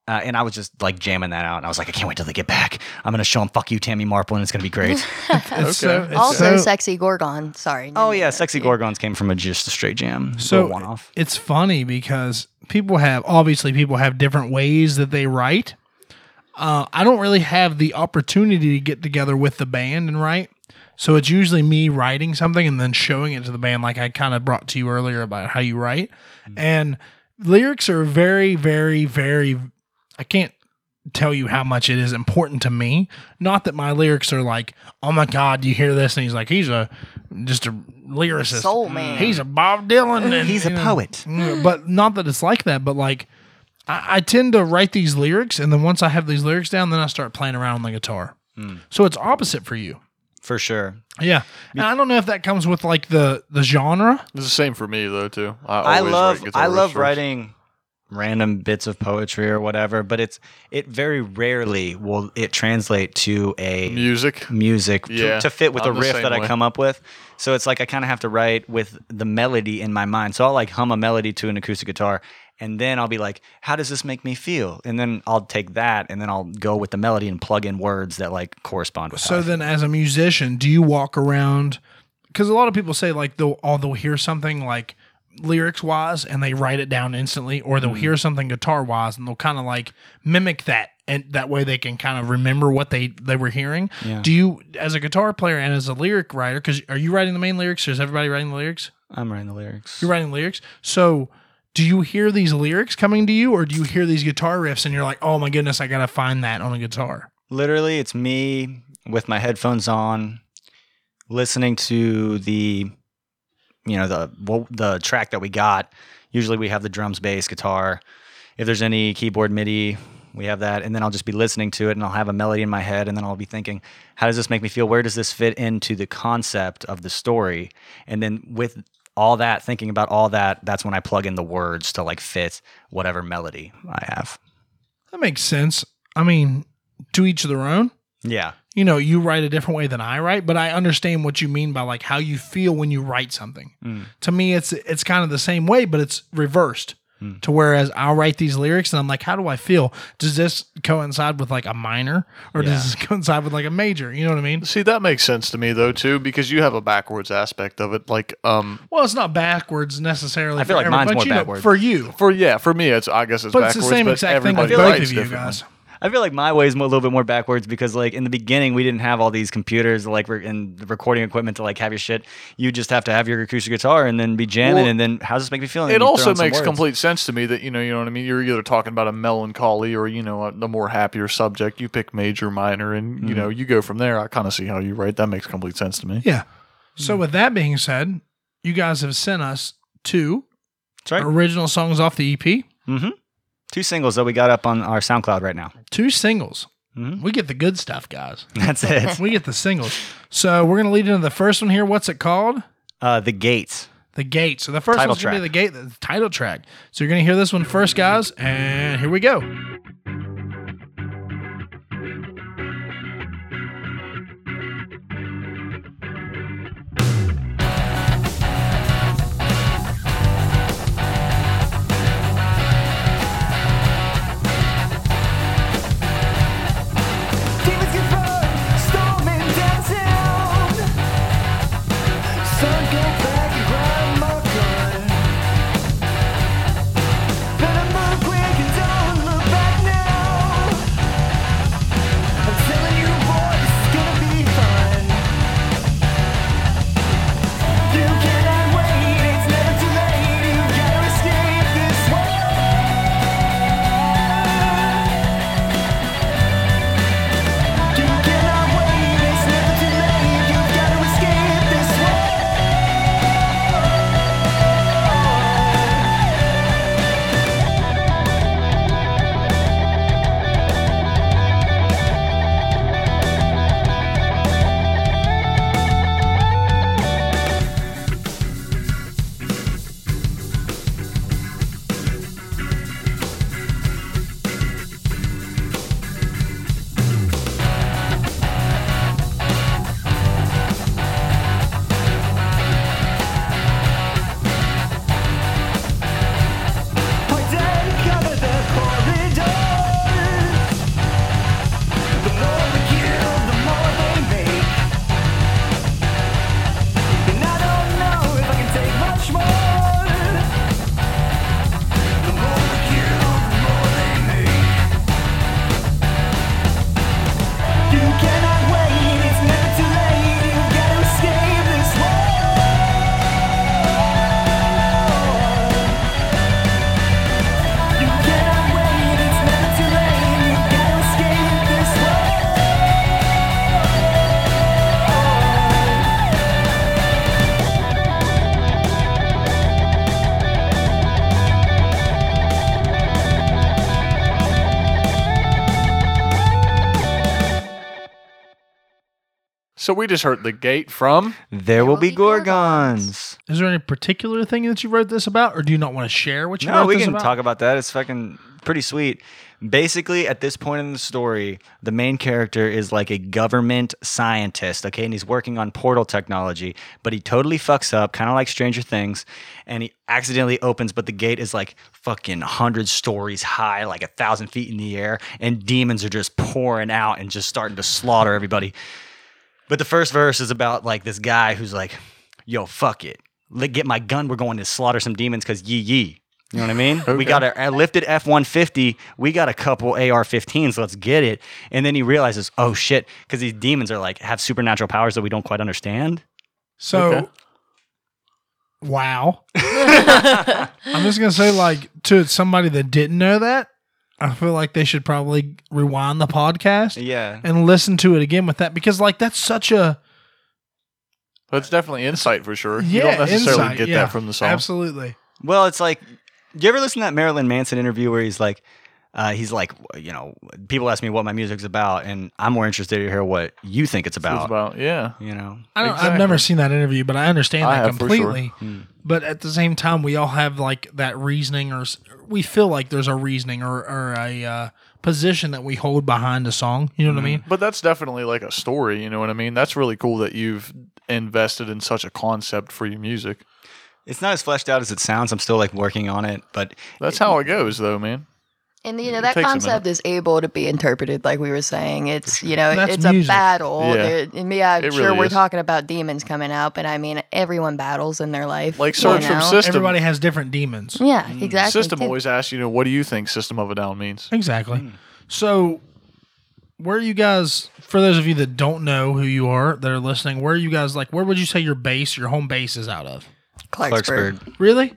[SPEAKER 1] Uh, and I was just like jamming that out. And I was like, I can't wait till they get back. I'm going to show them, fuck you, Tammy Marple, and it's going to be great.
[SPEAKER 3] It's
[SPEAKER 4] Okay.
[SPEAKER 3] so- it's
[SPEAKER 2] Also,
[SPEAKER 3] so-
[SPEAKER 2] sexy Gorgon. Sorry.
[SPEAKER 1] oh, yeah. Sexy Gorgons came from a just a straight jam.
[SPEAKER 3] So
[SPEAKER 1] one off.
[SPEAKER 3] it's funny because people have obviously people have different ways that they write. Uh, I don't really have the opportunity to get together with the band and write. So it's usually me writing something and then showing it to the band, like I kind of brought to you earlier about how you write. And lyrics are very, very, very. I can't tell you how much it is important to me. Not that my lyrics are like, oh my God, you hear this? And he's like, he's a just a lyricist.
[SPEAKER 2] Soul man.
[SPEAKER 3] He's a Bob Dylan. And,
[SPEAKER 1] He's a
[SPEAKER 3] you know,
[SPEAKER 1] poet.
[SPEAKER 3] Mm, but not that it's like that, but like I, I tend to write these lyrics, and then once I have these lyrics down, then I start playing around on the guitar. So it's opposite for you.
[SPEAKER 1] For sure.
[SPEAKER 3] Yeah, and I don't know if that comes with like the the genre.
[SPEAKER 4] It's the same for me though too. I,
[SPEAKER 1] I
[SPEAKER 4] always
[SPEAKER 1] love
[SPEAKER 4] write guitar
[SPEAKER 1] I love
[SPEAKER 4] riffs first.
[SPEAKER 1] writing random bits of poetry or whatever, but it's it very rarely will it translate to a
[SPEAKER 4] music.
[SPEAKER 1] music to-
[SPEAKER 4] Yeah,
[SPEAKER 1] to, fit with
[SPEAKER 4] I'm
[SPEAKER 1] the
[SPEAKER 4] the
[SPEAKER 1] riff
[SPEAKER 4] same
[SPEAKER 1] that
[SPEAKER 4] way.
[SPEAKER 1] I come up with. So it's like I kind of have to write with the melody in my mind. So I'll like hum a melody to an acoustic guitar and then I'll be like, how does this make me feel? And then I'll take that and then I'll go with the melody and plug in words that like correspond with so
[SPEAKER 3] So then, as a musician, do you walk around? Because a lot of people say like they'll oh they'll hear something like lyrics wise and they write it down instantly, or they'll hear something guitar wise and they'll kind of like mimic that. And that way they can kind of remember what they, they were hearing.
[SPEAKER 1] Yeah.
[SPEAKER 3] Do you, as a guitar player and as a lyric writer, because are you writing the main lyrics or is everybody writing the lyrics?
[SPEAKER 1] I'm writing the lyrics.
[SPEAKER 3] You're writing lyrics. So do you hear these lyrics coming to you or do you hear these guitar riffs and you're like, oh my goodness, I got to find that on a guitar?
[SPEAKER 1] Literally, it's me with my headphones on, listening to the, you know, the well, the track that we got. Usually, we have the drums, bass, guitar. If there's any keyboard MIDI, we have that, and then I'll just be listening to it, and I'll have a melody in my head, and then I'll be thinking, how does this make me feel? Where does this fit into the concept of the story? And then with all that, thinking about all that, that's when I plug in the words to like fit whatever melody I have.
[SPEAKER 3] That makes sense. I mean, to each their own.
[SPEAKER 1] Yeah.
[SPEAKER 3] You know, you write a different way than I write, but I understand what you mean by like how you feel when you write something.
[SPEAKER 1] Mm.
[SPEAKER 3] To me, it's it's kind of the same way, but it's reversed.
[SPEAKER 1] Mm.
[SPEAKER 3] To whereas I'll write these lyrics and I'm like, how do I feel? Does this coincide with like a minor or
[SPEAKER 1] Yeah.
[SPEAKER 3] does this coincide with like a major? You know what I mean?
[SPEAKER 4] See, that makes sense to me though too, because you have a backwards aspect of it. Like, um,
[SPEAKER 3] Well, it's not backwards necessarily.
[SPEAKER 1] I feel
[SPEAKER 3] for
[SPEAKER 1] like
[SPEAKER 3] everyone,
[SPEAKER 1] mine's
[SPEAKER 3] but
[SPEAKER 1] more
[SPEAKER 3] you know,
[SPEAKER 1] backwards.
[SPEAKER 3] for you.
[SPEAKER 4] for yeah, for me, it's I guess it's
[SPEAKER 3] But it's
[SPEAKER 4] backwards.
[SPEAKER 3] the same
[SPEAKER 4] but
[SPEAKER 3] exact thing with
[SPEAKER 4] everybody
[SPEAKER 1] I feel
[SPEAKER 3] both
[SPEAKER 1] like-
[SPEAKER 4] writes
[SPEAKER 3] of you
[SPEAKER 4] differently.
[SPEAKER 3] guys.
[SPEAKER 1] I feel like my way is a little bit more backwards because, like, in the beginning, we didn't have all these computers, like, re- and the recording equipment to like have your shit. You just have to have your acoustic guitar and then be jamming,
[SPEAKER 4] Well,
[SPEAKER 1] and then how does this make me feel? And
[SPEAKER 4] It
[SPEAKER 1] you throw
[SPEAKER 4] also
[SPEAKER 1] in some
[SPEAKER 4] makes
[SPEAKER 1] words.
[SPEAKER 4] complete sense to me that you know, you know what I mean. You're either talking about a melancholy or you know a, a more happier subject. You pick major, minor, and you know you go from there. I kind of see how you write. That makes complete sense to me.
[SPEAKER 3] Mm-hmm. Yeah.
[SPEAKER 1] Mm.
[SPEAKER 3] So with that being said, you guys have sent us two
[SPEAKER 1] That's right.
[SPEAKER 3] original songs off the E EP,
[SPEAKER 1] Mm-hmm. Two singles that we got up on our SoundCloud right now.
[SPEAKER 3] two singles.
[SPEAKER 1] Mhm.
[SPEAKER 3] We get the good stuff, guys.
[SPEAKER 1] That's it.
[SPEAKER 3] we get the singles. So we're gonna lead into the first one here. What's it called?
[SPEAKER 1] Uh, the Gates.
[SPEAKER 3] The Gate. So the first
[SPEAKER 1] Title
[SPEAKER 3] one's gonna be the Gate, the title track. So you're gonna hear this one first, guys, and here we go.
[SPEAKER 5] Demons confirm, storming downtown. Son, go back and grind my gun. Better move quick and don't look back now. I'm telling you, boy, this is gonna be fun. You cannot wait, it's never too late. You gotta escape this world. You cannot wait, it's never too late. You've got to escape this world. Point dead, cover the corridors. The more we kill, the more they make. And I don't know if I can take much more. The more we kill, the more they make. You cannot wait, it's never too late. You gotta escape this world. You cannot wait, it's never too late. You gotta escape this world.
[SPEAKER 4] So we just heard the gate from.
[SPEAKER 1] There will be
[SPEAKER 2] be gorgons.
[SPEAKER 1] gorgons.
[SPEAKER 3] Is there any particular thing that you wrote this about, or do you not want to share what you
[SPEAKER 1] No,
[SPEAKER 3] wrote
[SPEAKER 1] we
[SPEAKER 3] this
[SPEAKER 1] can
[SPEAKER 3] about?
[SPEAKER 1] talk about that. It's fucking pretty sweet. Basically, at this point in the story, the main character is like a government scientist, okay, and he's working on portal technology, but he totally fucks up, kind of like Stranger Things, and he accidentally opens, but the gate is like fucking hundred stories high, like a thousand feet in the air, and demons are just pouring out and just starting to slaughter everybody. But the first verse is about like this guy who's like, "Yo, fuck it, let get my gun. We're going to slaughter some demons because yee yee." You know what I mean? We got a, a lifted F one fifty. We got a couple AR 15s. Let's get it. And then he realizes, oh shit, because these demons are like have supernatural powers that we don't quite understand.
[SPEAKER 3] So,
[SPEAKER 4] Okay.
[SPEAKER 3] wow. I'm just gonna say, like, to somebody that didn't know that, I feel like they should probably rewind the podcast
[SPEAKER 1] Yeah,
[SPEAKER 3] and listen to it again with that because, like, that's such a
[SPEAKER 4] That's definitely insight for sure.
[SPEAKER 3] yeah,
[SPEAKER 4] you don't necessarily
[SPEAKER 3] insight.
[SPEAKER 4] get
[SPEAKER 3] Yeah,
[SPEAKER 4] that from the song.
[SPEAKER 3] Absolutely.
[SPEAKER 1] Well, it's like, you ever listen to that Marilyn Manson interview where he's like, uh, he's like, you know, people ask me what my music's about, and I'm more interested to hear what you think it's
[SPEAKER 4] It's
[SPEAKER 1] about.
[SPEAKER 4] about yeah.
[SPEAKER 1] You know,
[SPEAKER 3] I don't, I've
[SPEAKER 4] Exactly.
[SPEAKER 3] never seen that interview, but I understand
[SPEAKER 4] I
[SPEAKER 3] that
[SPEAKER 4] have for sure. Hmm.
[SPEAKER 3] completely. But at the same time, we all have like that reasoning, or s- we feel like there's a reasoning or, or a uh, position that we hold behind a song. You know what I mean?
[SPEAKER 4] But that's definitely like a story, you know what I mean? That's really cool that you've invested in such a concept for your music.
[SPEAKER 1] It's not as fleshed out as it sounds. I'm still like working on it, but
[SPEAKER 4] That's how it goes though, man.
[SPEAKER 2] And you
[SPEAKER 4] It
[SPEAKER 2] know that
[SPEAKER 4] takes a
[SPEAKER 2] concept
[SPEAKER 4] minute.
[SPEAKER 2] is able to be interpreted, like we were saying. It's you know
[SPEAKER 3] That's
[SPEAKER 2] it's
[SPEAKER 3] music.
[SPEAKER 2] a battle.
[SPEAKER 4] Yeah.
[SPEAKER 2] There- and yeah,
[SPEAKER 4] It
[SPEAKER 2] sure
[SPEAKER 4] really
[SPEAKER 2] we're
[SPEAKER 4] is.
[SPEAKER 2] talking about demons coming out, but I mean everyone battles in their life.
[SPEAKER 4] Like
[SPEAKER 2] you
[SPEAKER 4] Surge from
[SPEAKER 2] know?
[SPEAKER 4] System.
[SPEAKER 3] Everybody has different demons.
[SPEAKER 4] Hmm.
[SPEAKER 2] Yeah, exactly.
[SPEAKER 4] Mm. System
[SPEAKER 2] too.
[SPEAKER 4] always asks, you know, what do you think System of a Down means?
[SPEAKER 3] Exactly.
[SPEAKER 4] Hmm.
[SPEAKER 3] So, where are you guys? For those of you that don't know who you are that are listening, where are you guys? Like, where would you say your base, your home base, is out of?
[SPEAKER 2] Clarksburg.
[SPEAKER 1] Clarksburg.
[SPEAKER 3] Really?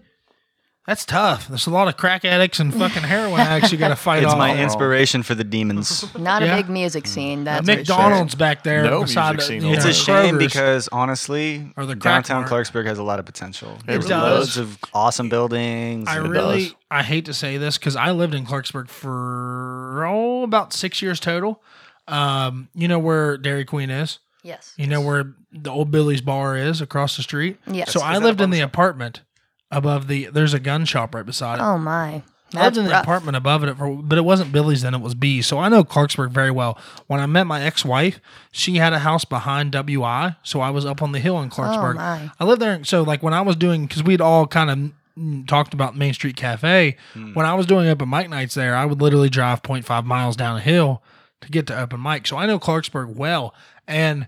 [SPEAKER 3] That's tough. There's a lot of crack addicts and fucking heroin addicts you got to fight
[SPEAKER 1] It's
[SPEAKER 3] off.
[SPEAKER 1] my inspiration for the demons.
[SPEAKER 2] Not
[SPEAKER 3] Yeah. Mm.
[SPEAKER 2] a big music scene. That's for
[SPEAKER 3] McDonald's back there
[SPEAKER 4] No
[SPEAKER 3] beside
[SPEAKER 4] music scene
[SPEAKER 3] you
[SPEAKER 1] It's
[SPEAKER 4] Yeah.
[SPEAKER 1] a shame
[SPEAKER 3] Kroger's.
[SPEAKER 1] because honestly,
[SPEAKER 3] Or the crack
[SPEAKER 1] downtown
[SPEAKER 3] mart.
[SPEAKER 1] Clarksburg has a lot of potential. There's
[SPEAKER 3] does.
[SPEAKER 1] loads of awesome buildings.
[SPEAKER 3] I
[SPEAKER 1] and-
[SPEAKER 3] really,
[SPEAKER 4] does.
[SPEAKER 3] I hate to say this because I lived in Clarksburg for oh, about six years total. Um, you know where Dairy Queen is.
[SPEAKER 2] Sure. Yes.
[SPEAKER 3] You know where the old Billy's bar is across the street.
[SPEAKER 2] Yes.
[SPEAKER 3] So I lived in the apartment above the. There's a gun shop right beside it.
[SPEAKER 2] Oh my.
[SPEAKER 3] I lived
[SPEAKER 2] That's
[SPEAKER 3] in the
[SPEAKER 2] rough.
[SPEAKER 3] apartment above it, for, but it wasn't Billy's then; it was B's. So I know Clarksburg very well. When I met my ex-wife, she had a house behind WI, so I was up on the hill in Clarksburg.
[SPEAKER 2] Oh, my.
[SPEAKER 3] I lived there, so like when I was doing, because we'd all kind of mm, talked about Main Street Cafe.
[SPEAKER 1] Hmm.
[SPEAKER 3] When I was doing open mic nights there, I would literally drive 0.5 miles down a hill to get to open mic. So I know Clarksburg well, and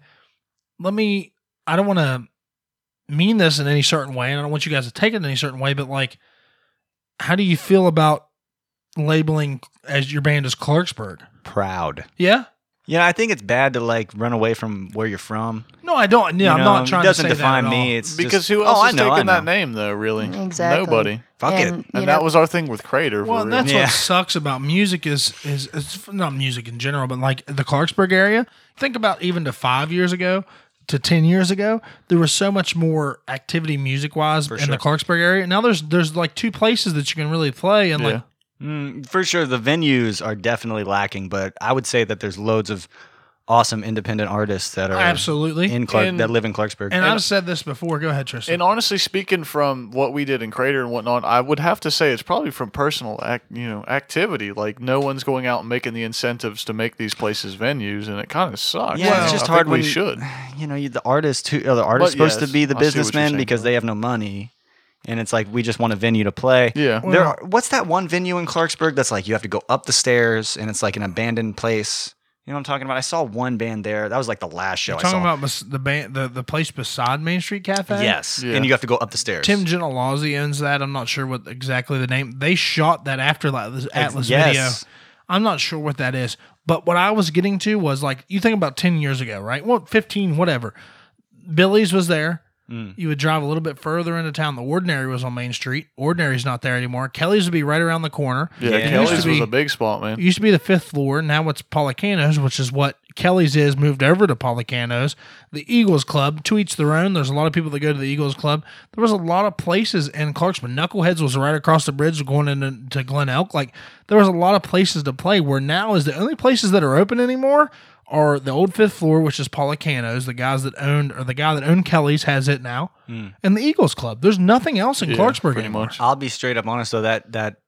[SPEAKER 3] let me. I don't want to mean this in any certain way, and I don't want you guys to take it in any certain way, but like how do you feel about labeling as your band as Clarksburg?
[SPEAKER 1] proud.
[SPEAKER 3] Yeah.
[SPEAKER 1] Yeah, I think it's bad to like run away from where you're from.
[SPEAKER 3] No, I don't. Yeah,
[SPEAKER 1] You
[SPEAKER 3] I'm
[SPEAKER 1] know,
[SPEAKER 3] not trying
[SPEAKER 1] It doesn't
[SPEAKER 3] to say
[SPEAKER 1] define
[SPEAKER 3] that at
[SPEAKER 1] me.
[SPEAKER 3] all.
[SPEAKER 1] It's
[SPEAKER 4] Because
[SPEAKER 1] just-
[SPEAKER 4] who else
[SPEAKER 1] oh,
[SPEAKER 4] is
[SPEAKER 1] I know, I
[SPEAKER 4] taking that
[SPEAKER 1] know.
[SPEAKER 4] name though, really?
[SPEAKER 2] Mm, Exactly.
[SPEAKER 4] Nobody.
[SPEAKER 1] Fuck
[SPEAKER 2] and,
[SPEAKER 1] it.
[SPEAKER 2] you
[SPEAKER 4] And
[SPEAKER 2] know,
[SPEAKER 4] that was our thing with Crater.
[SPEAKER 3] Well,
[SPEAKER 4] for
[SPEAKER 3] and
[SPEAKER 4] real.
[SPEAKER 3] that's
[SPEAKER 1] Yeah.
[SPEAKER 3] what sucks about music is is it's not music in general, but like the Clarksburg area. Think about even to five years ago to ten years ago, there was so much more activity music wise in the Clarksburg area. Now there's there's like two places that you can really play and like
[SPEAKER 1] Mm, for sure, the venues are definitely lacking, but I would say that there's loads of awesome independent artists that are
[SPEAKER 3] absolutely.
[SPEAKER 1] in Clark
[SPEAKER 4] And-
[SPEAKER 1] that live in Clarksburg.
[SPEAKER 3] and I've said this before. Go ahead, Tristan.
[SPEAKER 4] And honestly speaking, from what we did in Crater and whatnot, I would have to say it's probably from personal, act, you know, activity. Like no one's going out and making the incentives to make these places venues, and it kind of sucks.
[SPEAKER 1] Yeah,
[SPEAKER 4] Well,
[SPEAKER 1] it's just
[SPEAKER 4] I think
[SPEAKER 1] hard
[SPEAKER 4] We
[SPEAKER 1] when-
[SPEAKER 4] should.
[SPEAKER 1] you know, you, the artist who are the artist
[SPEAKER 4] But
[SPEAKER 1] supposed
[SPEAKER 4] yes,
[SPEAKER 1] to be the
[SPEAKER 4] I see what you're
[SPEAKER 1] businessman
[SPEAKER 4] saying,
[SPEAKER 1] because
[SPEAKER 4] though.
[SPEAKER 1] they have no money, and it's like we just want a venue to play.
[SPEAKER 4] Yeah.
[SPEAKER 1] there are, what's that one venue in Clarksburg that's like you have to go up the stairs and it's like an abandoned place. You know what I'm talking about? I saw one band there. That was like the last show I
[SPEAKER 3] talking
[SPEAKER 1] saw.
[SPEAKER 3] about bes- the band, the, the place beside Main Street Cafe.
[SPEAKER 1] yes,
[SPEAKER 4] Yeah.
[SPEAKER 1] and you have to go up the stairs.
[SPEAKER 3] Tim Gentilozzi owns that. I'm not sure what exactly the name. They shot that after like, this Atlas
[SPEAKER 1] yes.
[SPEAKER 3] video. I'm not sure what that is. But what I was getting to was like you think about 10 years ago, right? Well, 15, whatever. Billy's was there.
[SPEAKER 4] Mm.
[SPEAKER 3] You would drive a little bit further into town. The Ordinary was on Main Street. Ordinary's not there anymore. Kelly's would be right around the corner.
[SPEAKER 4] Yeah,
[SPEAKER 1] Yeah. It
[SPEAKER 4] Kelly's
[SPEAKER 1] used to
[SPEAKER 4] was
[SPEAKER 3] be-
[SPEAKER 4] a big spot,
[SPEAKER 3] It
[SPEAKER 4] man.
[SPEAKER 3] used to be the fifth floor. Now it's Polycanos, which is what Kelly's is, moved over to Polycanos. The Eagles Club, to each their own. There's a lot of people that go to the Eagles Club. There was a lot of places in Clarksburg. Knuckleheads was right across the bridge going into to Glen Elk. Like there was a lot of places to play where now is the only places that are open anymore are the old fifth floor, which is Polycanos. The guys that owned or the guy that owned Kelly's has it now.
[SPEAKER 1] Hmm.
[SPEAKER 3] And the Eagles Club. Thethe's nothing else in
[SPEAKER 4] Yeah,
[SPEAKER 3] Clarksburg
[SPEAKER 4] pretty
[SPEAKER 3] anymore.
[SPEAKER 4] much.
[SPEAKER 1] I'll be straight up honest though. That that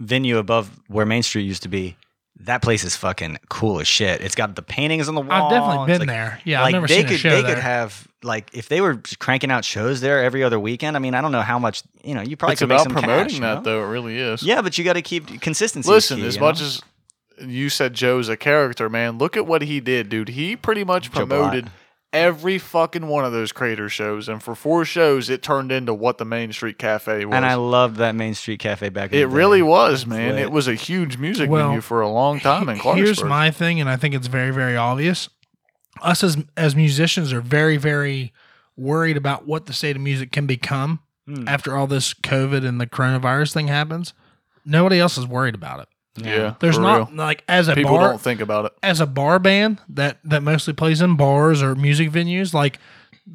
[SPEAKER 1] venue above where Main Street used to be, that place is fucking cool as shit. It's got the paintings on the wall.
[SPEAKER 3] I've definitely
[SPEAKER 1] It's
[SPEAKER 3] been
[SPEAKER 1] like-
[SPEAKER 3] there. Yeah,
[SPEAKER 1] like
[SPEAKER 3] I've never
[SPEAKER 1] they
[SPEAKER 3] seen
[SPEAKER 1] could
[SPEAKER 3] a show
[SPEAKER 1] they
[SPEAKER 3] there.
[SPEAKER 1] could have like if they were cranking out shows there every other weekend. I mean, I don't know how much you know. You probably
[SPEAKER 4] It's
[SPEAKER 1] could make
[SPEAKER 4] about
[SPEAKER 1] some
[SPEAKER 4] promoting
[SPEAKER 1] cash, you
[SPEAKER 4] that,
[SPEAKER 1] know?
[SPEAKER 4] though. It really is.
[SPEAKER 1] Yeah, but you got to keep consistency. is
[SPEAKER 4] Listen,
[SPEAKER 1] key,
[SPEAKER 4] as
[SPEAKER 1] you
[SPEAKER 4] much
[SPEAKER 1] know?
[SPEAKER 4] as you said Joe's a character, man, look at what he did, dude. He pretty much
[SPEAKER 1] Joe Blat.
[SPEAKER 4] promoted every fucking one of those Crater shows, and for four shows, it turned into what the Main Street Cafe was.
[SPEAKER 1] and I loved that Main Street Cafe back. in
[SPEAKER 4] It
[SPEAKER 1] the day.
[SPEAKER 4] really was, man.
[SPEAKER 1] lit.
[SPEAKER 4] It was a huge music
[SPEAKER 3] Well,
[SPEAKER 4] venue for a long time in Clarksburg.
[SPEAKER 3] Here's my thing, and I think it's very, very obvious. Us as as musicians are very, very worried about what the state of music can become
[SPEAKER 4] Hmm.
[SPEAKER 3] after all this COVID and the coronavirus thing happens. Nobody else is worried about it.
[SPEAKER 4] yeah.
[SPEAKER 3] There's
[SPEAKER 4] for
[SPEAKER 3] not
[SPEAKER 4] real.
[SPEAKER 3] like as a
[SPEAKER 4] people
[SPEAKER 3] bar
[SPEAKER 4] don't think about it.
[SPEAKER 3] as a bar band that that mostly plays in bars or music venues. Like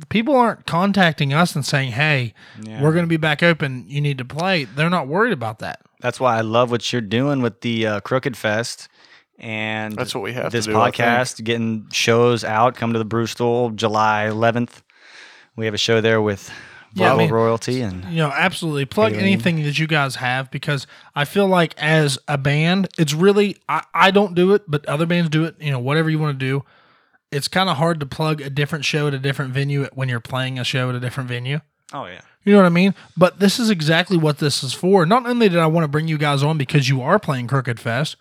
[SPEAKER 3] people aren't contacting us and saying, "Hey, we're going to be back open. You need to play." They're not worried about that.
[SPEAKER 1] That's why I love what you're doing with the uh, Crooked Fest. And
[SPEAKER 4] That's what we have to
[SPEAKER 1] This
[SPEAKER 4] do, I think.
[SPEAKER 1] podcast, getting shows out. Come to the Brewstool July 11th. We have a show there with
[SPEAKER 3] Yeah, I
[SPEAKER 1] Bible
[SPEAKER 3] mean-
[SPEAKER 1] royalty and
[SPEAKER 3] you know absolutely plug anything that you guys have because i feel like as a band it's really i, I don't do it but other bands do it you know whatever you want to do it's kind of hard to plug a different show at a different venue when you're playing a show at a different venue
[SPEAKER 1] oh yeah.
[SPEAKER 3] you know what I mean? But this is exactly what this is for. Not only did I want to bring you guys on because you are playing Crooked Fest,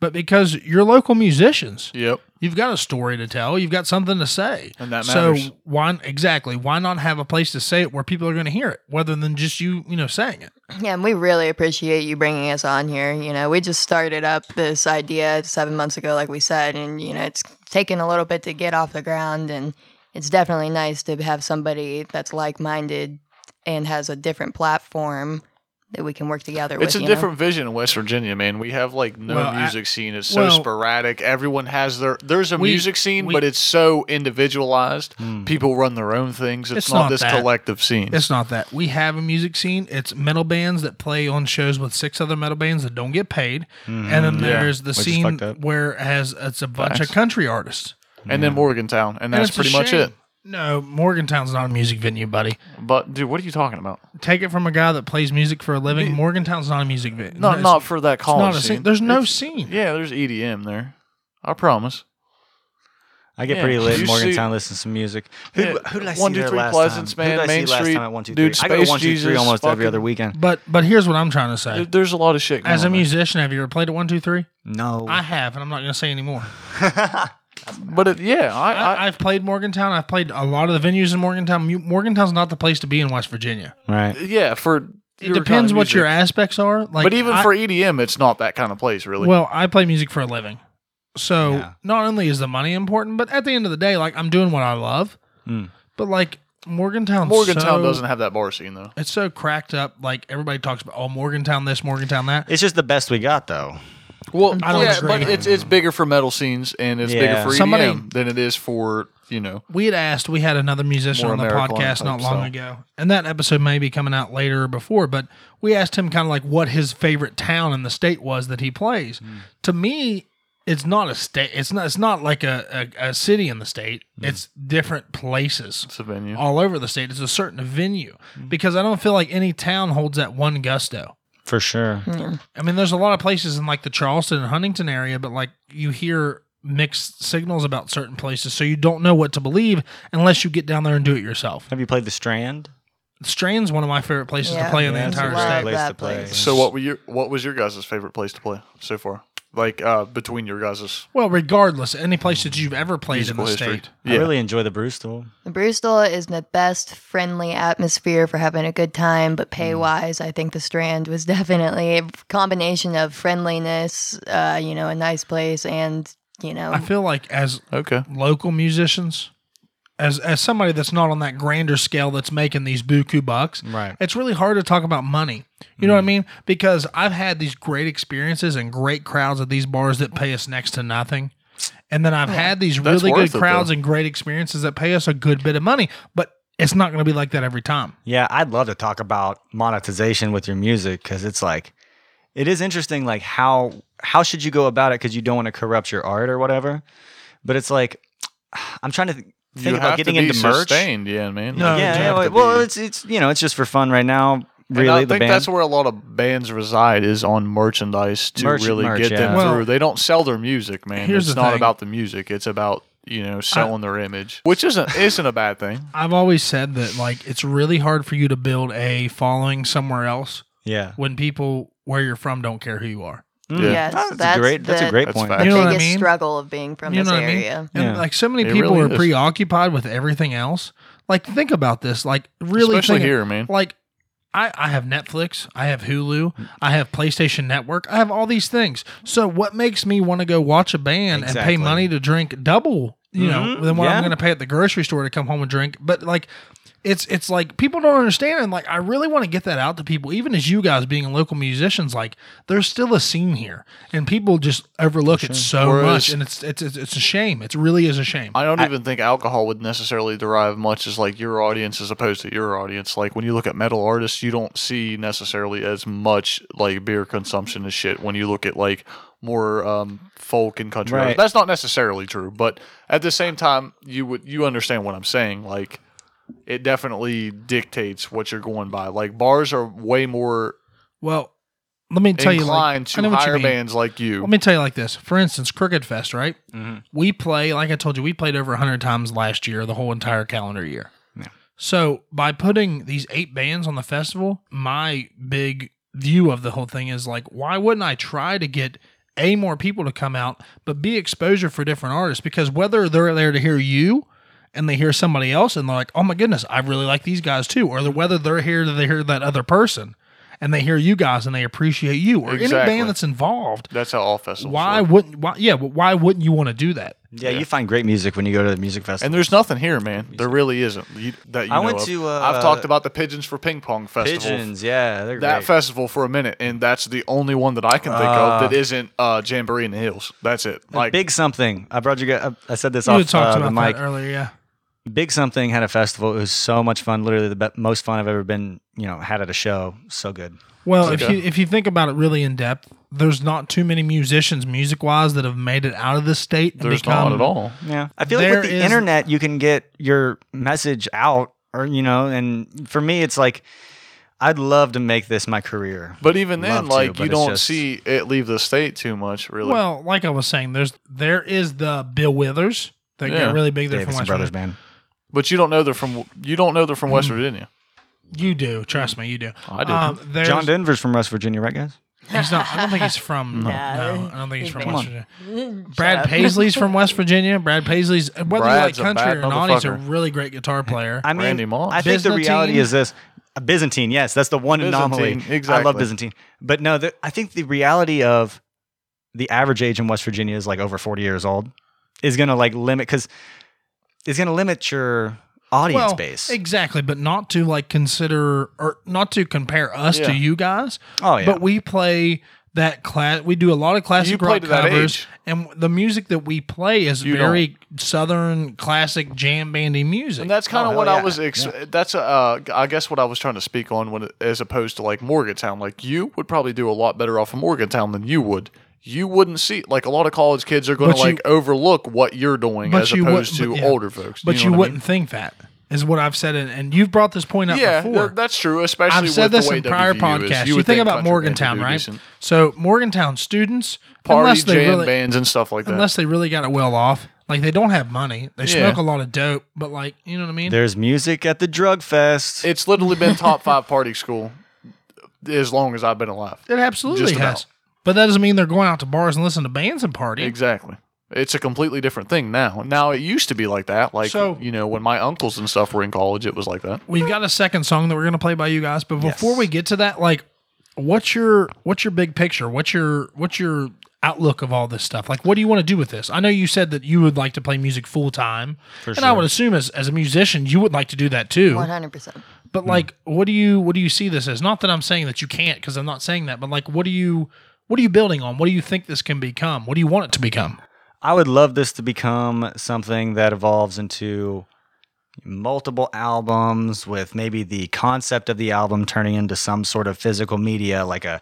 [SPEAKER 3] but because you're local musicians.
[SPEAKER 4] Yep.
[SPEAKER 3] You've got a story to tell. You've got something to say.
[SPEAKER 4] And that matters.
[SPEAKER 3] So why exactly? Why not have a place to say it where people are going to hear it, rather than just you, you know, saying it?
[SPEAKER 2] Yeah, and we really appreciate you bringing us on here. You know, we just started up this idea seven months ago, like we said, and you know, it's taken a little bit to get off the ground, and it's definitely nice to have somebody that's like-minded and has a different platform that we can work together with.
[SPEAKER 4] It's a
[SPEAKER 2] you know?
[SPEAKER 4] different vision in West Virginia, man. We have like no
[SPEAKER 3] Well, I-
[SPEAKER 4] music scene. It's so
[SPEAKER 3] well-
[SPEAKER 4] sporadic. Everyone has their there's a
[SPEAKER 3] We-
[SPEAKER 4] music scene,
[SPEAKER 3] we-
[SPEAKER 4] but it's so individualized.
[SPEAKER 2] Hmm.
[SPEAKER 4] People run their own things. It's,
[SPEAKER 3] It's
[SPEAKER 4] not,
[SPEAKER 3] not
[SPEAKER 4] this
[SPEAKER 3] that.
[SPEAKER 4] collective scene.
[SPEAKER 3] It's not that we have a music scene. It's metal bands that play on shows with six other metal bands that don't get paid, and then
[SPEAKER 4] Mm-hmm. Yeah.
[SPEAKER 3] there's the
[SPEAKER 1] Which is
[SPEAKER 3] scene
[SPEAKER 1] fucked up.
[SPEAKER 3] where it has it's a bunch
[SPEAKER 4] Facts.
[SPEAKER 3] of country artists.
[SPEAKER 4] and then Morgantown, and
[SPEAKER 3] And
[SPEAKER 4] that's
[SPEAKER 3] it's a
[SPEAKER 4] pretty much
[SPEAKER 3] shame.
[SPEAKER 4] it.
[SPEAKER 3] No, Morgantown's not a music venue, buddy.
[SPEAKER 4] But dude, what are you talking about?
[SPEAKER 3] Take it from a guy that plays music for a living. Morgantown's not a music venue.
[SPEAKER 4] Not
[SPEAKER 3] It's-
[SPEAKER 4] not for that
[SPEAKER 3] it's
[SPEAKER 4] college
[SPEAKER 3] not a scene.
[SPEAKER 4] scene.
[SPEAKER 3] There's no scene.
[SPEAKER 4] yeah, there's EDM there. I promise.
[SPEAKER 1] I get
[SPEAKER 4] Yeah.
[SPEAKER 1] pretty lit.
[SPEAKER 4] You
[SPEAKER 1] in
[SPEAKER 4] see-
[SPEAKER 1] Morgantown, listen to some music. Who,
[SPEAKER 4] Yeah.
[SPEAKER 1] who did I see
[SPEAKER 4] One, two,
[SPEAKER 1] there
[SPEAKER 4] three
[SPEAKER 1] last
[SPEAKER 4] Pleasance,
[SPEAKER 1] time? Who
[SPEAKER 4] man.
[SPEAKER 1] did I
[SPEAKER 4] Main
[SPEAKER 1] see last
[SPEAKER 4] Street.
[SPEAKER 1] time at one two three?
[SPEAKER 4] Dude,
[SPEAKER 1] I go to
[SPEAKER 4] Space
[SPEAKER 1] one two three
[SPEAKER 4] Jesus,
[SPEAKER 1] almost every
[SPEAKER 4] fucking-
[SPEAKER 1] other weekend.
[SPEAKER 3] But but here's what I'm trying to say.
[SPEAKER 4] There- There's a lot of shit. Going
[SPEAKER 3] As a
[SPEAKER 4] on there.
[SPEAKER 3] musician, have you ever played at one two three?
[SPEAKER 1] No,
[SPEAKER 3] I have, and I'm not going to say anymore.
[SPEAKER 4] but it, yeah, I, I,
[SPEAKER 3] I, I've played Morgantown. I've played a lot of the venues in Morgantown. Mu- Morgantown's not the place to be in West Virginia.
[SPEAKER 1] right?
[SPEAKER 4] yeah for
[SPEAKER 3] It depends what your
[SPEAKER 4] at.
[SPEAKER 3] aspects are. Like,
[SPEAKER 4] but even
[SPEAKER 3] I-
[SPEAKER 4] for EDM, it's not that kind of place, really.
[SPEAKER 3] Well, I play music for a living. So
[SPEAKER 1] Yeah.
[SPEAKER 3] not only is the money important, but at the end of the day, like I'm doing what I love.
[SPEAKER 1] Mm.
[SPEAKER 3] But like Morgantown,
[SPEAKER 4] Morgantown
[SPEAKER 3] so,
[SPEAKER 4] doesn't have that bar scene though.
[SPEAKER 3] It's so cracked up. Like everybody talks about, oh Morgantown this, Morgantown that.
[SPEAKER 1] It's just the best we got though.
[SPEAKER 4] Well,
[SPEAKER 3] I don't
[SPEAKER 4] yeah,
[SPEAKER 3] agree.
[SPEAKER 4] but it's it's bigger for metal scenes and it's
[SPEAKER 1] Yeah.
[SPEAKER 4] bigger for EDM
[SPEAKER 3] Somebody-
[SPEAKER 4] than it is for you know.
[SPEAKER 3] We had asked. We had another musician
[SPEAKER 4] More
[SPEAKER 3] on the
[SPEAKER 4] Americana
[SPEAKER 3] podcast
[SPEAKER 4] type
[SPEAKER 3] not long
[SPEAKER 4] style.
[SPEAKER 3] ago, and that episode may be coming out later or before. But we asked him kind of like what his favorite town in the state was that he plays.
[SPEAKER 4] Hmm.
[SPEAKER 3] To me, it's not a state. It's not. It's not like a a, a city in the state. It's different places.
[SPEAKER 4] Hmm. It's a venue. Hmm.
[SPEAKER 3] all over the state. It's a certain venue because I don't feel like any town holds that one gusto.
[SPEAKER 1] For sure.
[SPEAKER 4] Mm.
[SPEAKER 3] I mean, there's a lot of places in like the Charleston and Huntington area, but like you hear mixed signals about certain places, so you don't know what to believe unless you get down there and do it yourself.
[SPEAKER 1] Have you played the Strand?
[SPEAKER 3] Strand's one of my favorite places to
[SPEAKER 2] Yeah.
[SPEAKER 3] play in
[SPEAKER 1] Yeah,
[SPEAKER 3] the
[SPEAKER 1] that's a
[SPEAKER 3] entire
[SPEAKER 1] great
[SPEAKER 3] state.
[SPEAKER 2] Love
[SPEAKER 1] place
[SPEAKER 2] that
[SPEAKER 1] to play.
[SPEAKER 2] place.
[SPEAKER 4] So what were your what was your guys' favorite place to play so far? Like uh, between your guys'
[SPEAKER 3] Well, regardless, any place that you've ever played
[SPEAKER 4] musical
[SPEAKER 3] in the
[SPEAKER 4] history.
[SPEAKER 3] state.
[SPEAKER 1] I
[SPEAKER 4] Yeah.
[SPEAKER 1] really enjoy the Brewstool.
[SPEAKER 2] Brewstall is the best friendly atmosphere for having a good time,
[SPEAKER 3] Mm.
[SPEAKER 2] but pay wise, I think the Strand was definitely a combination of friendliness, uh, you know, a nice place, and you know,
[SPEAKER 3] I feel like as
[SPEAKER 4] Okay.
[SPEAKER 3] local musicians, as as somebody that's not on that grander scale that's making these buku bucks,
[SPEAKER 1] Right.
[SPEAKER 3] It's really hard to talk about money. You
[SPEAKER 4] Mm.
[SPEAKER 3] know what I mean? Because I've had these great experiences and great crowds at these bars that pay us next to nothing. And then I've had these
[SPEAKER 4] That's
[SPEAKER 3] really good
[SPEAKER 4] worth it,
[SPEAKER 3] crowds
[SPEAKER 4] though.
[SPEAKER 3] and great experiences that pay us a good bit of money, but it's not going to be like that every time.
[SPEAKER 1] Yeah, I'd love to talk about monetization with your music because it's like, it is interesting. Like how how should you go about it because you don't want to corrupt your art or whatever. But it's like, I'm trying to th- think
[SPEAKER 4] you
[SPEAKER 1] about
[SPEAKER 4] have
[SPEAKER 1] getting
[SPEAKER 4] to be
[SPEAKER 1] into merch.
[SPEAKER 4] sustained, yeah, man.
[SPEAKER 3] No,
[SPEAKER 4] Like, you
[SPEAKER 1] yeah,
[SPEAKER 4] have
[SPEAKER 1] yeah,
[SPEAKER 4] to
[SPEAKER 1] well,
[SPEAKER 4] be-
[SPEAKER 1] it's it's you know it's just for fun right now. Really,
[SPEAKER 4] and I
[SPEAKER 1] the
[SPEAKER 4] think
[SPEAKER 1] band.
[SPEAKER 4] that's where a lot of bands reside is on merchandise to
[SPEAKER 1] Merch-
[SPEAKER 4] really
[SPEAKER 1] merch,
[SPEAKER 4] get them
[SPEAKER 1] yeah.
[SPEAKER 3] Well-
[SPEAKER 4] through. They don't sell their music, man.
[SPEAKER 3] Here's
[SPEAKER 4] it's
[SPEAKER 3] the
[SPEAKER 4] not
[SPEAKER 3] thing.
[SPEAKER 4] about the music. It's about you know selling their image, which isn't isn't a bad thing.
[SPEAKER 3] I've always said that like it's really hard for you to build a following somewhere else
[SPEAKER 1] yeah,
[SPEAKER 3] when people where you're from don't care who you are.
[SPEAKER 1] Mm.
[SPEAKER 4] Yeah.
[SPEAKER 2] Yes,
[SPEAKER 1] Oh, that's,
[SPEAKER 2] that's
[SPEAKER 1] a great. That's
[SPEAKER 2] the-
[SPEAKER 1] a great
[SPEAKER 4] That's
[SPEAKER 1] point.
[SPEAKER 4] fact.
[SPEAKER 2] the
[SPEAKER 3] You know what I
[SPEAKER 2] biggest
[SPEAKER 3] mean?
[SPEAKER 2] struggle of being from
[SPEAKER 3] you
[SPEAKER 2] this
[SPEAKER 3] know what
[SPEAKER 2] area.
[SPEAKER 3] I mean? And
[SPEAKER 1] Yeah.
[SPEAKER 3] like so many
[SPEAKER 4] It
[SPEAKER 3] people
[SPEAKER 4] really
[SPEAKER 3] are
[SPEAKER 4] is.
[SPEAKER 3] preoccupied with everything else. Like think about this. Like really
[SPEAKER 4] Especially
[SPEAKER 3] think-
[SPEAKER 4] here, man.
[SPEAKER 3] Like I, I have Netflix, I have Hulu, I have PlayStation Network, I have all these things. So what makes me want to go watch a band
[SPEAKER 1] Exactly.
[SPEAKER 3] and pay money to drink double, you know,
[SPEAKER 1] Mhm,
[SPEAKER 3] than what
[SPEAKER 1] yeah.
[SPEAKER 3] I'm gonna pay at the grocery store to come home and drink. But like it's it's like people don't understand and like I really want to get that out to people, even as you guys being local musicians, like there's still a scene here. And people just overlook it so
[SPEAKER 4] Whereas-
[SPEAKER 3] much and it's it's it's it's a shame. It really is a shame.
[SPEAKER 4] I don't even think alcohol would necessarily derive much as like your audience as opposed to your audience. Like when you look at metal artists, you don't see necessarily as much like beer consumption as shit when you look at like more um, folk and country.
[SPEAKER 1] Right.
[SPEAKER 4] artists. That's not necessarily true, but at the same time, you would you understand what I'm saying? Like it definitely dictates what you're going by. Like bars are way more
[SPEAKER 3] Well, let me tell you, like,
[SPEAKER 4] inclined
[SPEAKER 3] I know
[SPEAKER 4] to
[SPEAKER 3] what you
[SPEAKER 4] hire
[SPEAKER 3] mean.
[SPEAKER 4] bands like you. Mm-hmm.
[SPEAKER 3] Let me tell you like this. For instance, Crooked Fest, right?
[SPEAKER 1] Mhm.
[SPEAKER 3] We play, like I told you, we played over 100 times last year, the whole entire calendar year.
[SPEAKER 1] Yeah.
[SPEAKER 3] So by putting these eight bands on the festival, my big view of the whole thing is like, why wouldn't I try to get A, more people to come out, but B, exposure for different artists? Because whether they're there to hear you, and they hear somebody else and they're like, oh my goodness, I really like these guys too. Or the, whether they're here, they hear that other person and they hear you guys and they appreciate you or any
[SPEAKER 4] Exactly.
[SPEAKER 3] band that's involved
[SPEAKER 4] That's how all festivals.
[SPEAKER 3] why
[SPEAKER 4] work.
[SPEAKER 3] wouldn't why yeah but why wouldn't you want to do that
[SPEAKER 1] Yeah, you find great music when you go to the music
[SPEAKER 4] And
[SPEAKER 1] festival.
[SPEAKER 4] there's nothing here, man. There really isn't. You, that you
[SPEAKER 1] I
[SPEAKER 4] know
[SPEAKER 1] went
[SPEAKER 4] of.
[SPEAKER 1] to, uh,
[SPEAKER 4] I've talked about the Pigeons for Ping Pong Festival.
[SPEAKER 1] Pigeons, yeah, they're
[SPEAKER 4] That
[SPEAKER 1] great.
[SPEAKER 4] festival for a minute, and that's the only one that I can think
[SPEAKER 1] Ah.
[SPEAKER 4] of that isn't uh, Jamboree in the Hills. That's it. Like
[SPEAKER 1] Big something. I brought you. Guys, I said this
[SPEAKER 3] you had
[SPEAKER 1] off
[SPEAKER 3] talked
[SPEAKER 1] uh, the
[SPEAKER 3] about
[SPEAKER 1] mic.
[SPEAKER 3] that earlier yeah
[SPEAKER 1] Big Something had a festival. It was so much fun. Literally the be- most fun I've ever been, you know, had at a show. So good.
[SPEAKER 3] well if
[SPEAKER 4] Okay.
[SPEAKER 3] you if you think about it really in depth there's not too many musicians music wise that have made it out of the state and
[SPEAKER 4] there's
[SPEAKER 3] become,
[SPEAKER 4] not at all.
[SPEAKER 1] Yeah. I feel
[SPEAKER 3] There
[SPEAKER 1] like with the
[SPEAKER 3] is-
[SPEAKER 1] internet, you can get your message out, or you know, and for me, it's like I'd love to make this my career.
[SPEAKER 4] But even
[SPEAKER 1] Love
[SPEAKER 4] then,
[SPEAKER 1] to,
[SPEAKER 4] like
[SPEAKER 1] but
[SPEAKER 4] you
[SPEAKER 1] it's
[SPEAKER 4] don't
[SPEAKER 1] just-
[SPEAKER 4] see it leave the state too much, really.
[SPEAKER 3] well like i was saying there's there is the bill withers that
[SPEAKER 4] Yeah.
[SPEAKER 3] got really big there
[SPEAKER 1] Davis and
[SPEAKER 3] from West
[SPEAKER 1] Brothers
[SPEAKER 3] Virginia.
[SPEAKER 1] Band.
[SPEAKER 4] but you don't know they're from you don't know they're from West Virginia.
[SPEAKER 3] you do trust me you do
[SPEAKER 4] I didn't.
[SPEAKER 3] um, there's-
[SPEAKER 1] John Denver's from West Virginia, right, guys?
[SPEAKER 3] he's not i don't think he's from no,
[SPEAKER 2] No.
[SPEAKER 3] i don't think he's
[SPEAKER 2] He's
[SPEAKER 3] from
[SPEAKER 2] been-
[SPEAKER 3] west virginia brad paisley's from west virginia brad paisley's whether
[SPEAKER 4] Brad's
[SPEAKER 3] you
[SPEAKER 4] a
[SPEAKER 3] like country
[SPEAKER 4] bad
[SPEAKER 3] or not he's a
[SPEAKER 4] motherfucker.
[SPEAKER 3] really great guitar player
[SPEAKER 1] I mean,
[SPEAKER 4] Randy Moss.
[SPEAKER 1] I think the reality
[SPEAKER 3] Byzantine?
[SPEAKER 1] is this. A Byzantine, yes, that's the one anomaly.
[SPEAKER 4] Byzantine,
[SPEAKER 1] I love
[SPEAKER 4] exactly.
[SPEAKER 1] Byzantine, but no, the, I think the reality of the average age in West Virginia is like over forty years old is going to like limit because it's going to limit your audience base.
[SPEAKER 3] Exactly, but not to like consider or not to compare us
[SPEAKER 4] Yeah.
[SPEAKER 3] to you guys.
[SPEAKER 1] Oh, yeah.
[SPEAKER 3] But we play that class. We do a lot of classic
[SPEAKER 4] You play
[SPEAKER 3] rock
[SPEAKER 4] to that
[SPEAKER 3] covers,
[SPEAKER 4] age.
[SPEAKER 3] and the music that we play is
[SPEAKER 4] You
[SPEAKER 3] very southern classic jam bandy music.
[SPEAKER 4] And that's kind
[SPEAKER 1] Oh,
[SPEAKER 4] of
[SPEAKER 1] hell
[SPEAKER 4] what I
[SPEAKER 1] yeah.
[SPEAKER 4] was. Ex- That's uh, I guess what I was trying to speak on when, as opposed to like Morgantown. Like you would probably do a lot better off of Morgantown than you would. You wouldn't see like a lot of college kids are going
[SPEAKER 3] But
[SPEAKER 4] to
[SPEAKER 3] you-
[SPEAKER 4] like overlook what you're doing
[SPEAKER 3] But
[SPEAKER 4] as
[SPEAKER 3] you
[SPEAKER 4] opposed to
[SPEAKER 3] wouldn't- but yeah.
[SPEAKER 4] older folks.
[SPEAKER 3] but you,
[SPEAKER 4] know what I
[SPEAKER 3] wouldn't think that is what I've said, and, and you've brought this point up
[SPEAKER 4] mean? Yeah,
[SPEAKER 3] before.
[SPEAKER 4] th- that's true. Especially
[SPEAKER 3] I've said
[SPEAKER 4] with
[SPEAKER 3] this
[SPEAKER 4] the way
[SPEAKER 3] in prior
[SPEAKER 4] WVU is.
[SPEAKER 3] podcasts.
[SPEAKER 4] You,
[SPEAKER 3] You,
[SPEAKER 4] would
[SPEAKER 3] think about
[SPEAKER 4] country bands would
[SPEAKER 3] Morgantown,
[SPEAKER 4] do
[SPEAKER 3] right?
[SPEAKER 4] decent.
[SPEAKER 3] So Morgantown students,
[SPEAKER 4] Party
[SPEAKER 3] unless they
[SPEAKER 4] jam
[SPEAKER 3] really,
[SPEAKER 4] bands and stuff like that.
[SPEAKER 3] unless they really got it well off, like they don't have money, they
[SPEAKER 4] Yeah.
[SPEAKER 3] smoke a lot of dope, but like you know what I mean.
[SPEAKER 1] There's music at the drug fest.
[SPEAKER 4] it's literally been top five party school as long as I've been alive.
[SPEAKER 3] It absolutely
[SPEAKER 4] Just about.
[SPEAKER 3] has. But that doesn't mean they're going out to bars and listening to bands and partying.
[SPEAKER 4] Exactly. It's a completely different thing now. Now it used to be like that. Like
[SPEAKER 3] So-
[SPEAKER 4] you know, when my uncles and stuff were in college, it was like that.
[SPEAKER 3] We've got a second song that we're gonna play by you guys, but before
[SPEAKER 1] Yes.
[SPEAKER 3] we get to that, like, what's your what's your big picture? What's your what's your outlook of all this stuff? Like, what do you want to do with this? I know you said that you would like to play music full time, and I
[SPEAKER 1] sure.
[SPEAKER 3] would assume as as a musician you would like to do that too.
[SPEAKER 2] One hundred percent.
[SPEAKER 3] But like, what do you what do you see this as? Not that I'm saying that you can't, because I'm not saying that. But like, what do you what are you building on? What do you think this can become? What do you want it to become?
[SPEAKER 1] I would love this to become something that evolves into multiple albums with maybe the concept of the album turning into some sort of physical media like a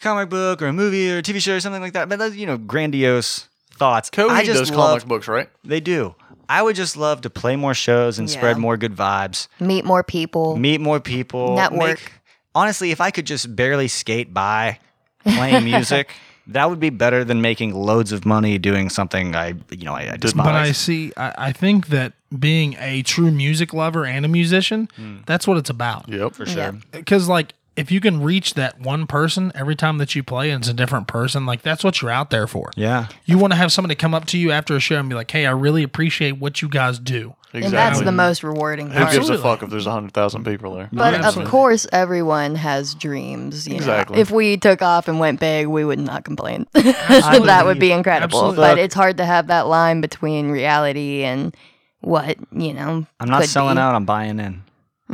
[SPEAKER 1] comic book or a movie or a TV show or something like that. But those, you know, grandiose thoughts.
[SPEAKER 4] Cody
[SPEAKER 1] I just
[SPEAKER 4] does
[SPEAKER 1] love,
[SPEAKER 4] comic books, right?
[SPEAKER 1] They do. I would just love to play more shows and spread
[SPEAKER 2] Yeah.
[SPEAKER 1] more good vibes,
[SPEAKER 2] Meet more people.
[SPEAKER 1] meet more people,
[SPEAKER 2] Network.
[SPEAKER 1] make- honestly, if I could just barely skate by playing music, that would be better than making loads of money doing something I, you know, I, I despise.
[SPEAKER 3] But I see. I, I think that being a true music lover and a musician, that's what it's about.
[SPEAKER 4] Yep, for
[SPEAKER 2] Yeah.
[SPEAKER 3] Because like, if you can reach that one person every time that you play, and it's a different person, like that's what you're out there for.
[SPEAKER 1] Yeah.
[SPEAKER 3] You want to have somebody come up to you after a show and be like, "Hey, I really appreciate what you guys do."
[SPEAKER 4] Exactly.
[SPEAKER 2] And that's the most rewarding
[SPEAKER 4] Who
[SPEAKER 2] part.
[SPEAKER 4] gives a
[SPEAKER 3] Absolutely.
[SPEAKER 4] fuck if there's hundred thousand people there?
[SPEAKER 2] But
[SPEAKER 3] Absolutely.
[SPEAKER 2] of course, everyone has dreams. You
[SPEAKER 4] Exactly.
[SPEAKER 2] Know? If we took off and went big, we would not complain. that would be incredible.
[SPEAKER 3] Absolutely.
[SPEAKER 2] But it's hard to have that line between reality and what you know.
[SPEAKER 1] I'm not
[SPEAKER 2] could
[SPEAKER 1] selling
[SPEAKER 2] be.
[SPEAKER 1] out. I'm buying in.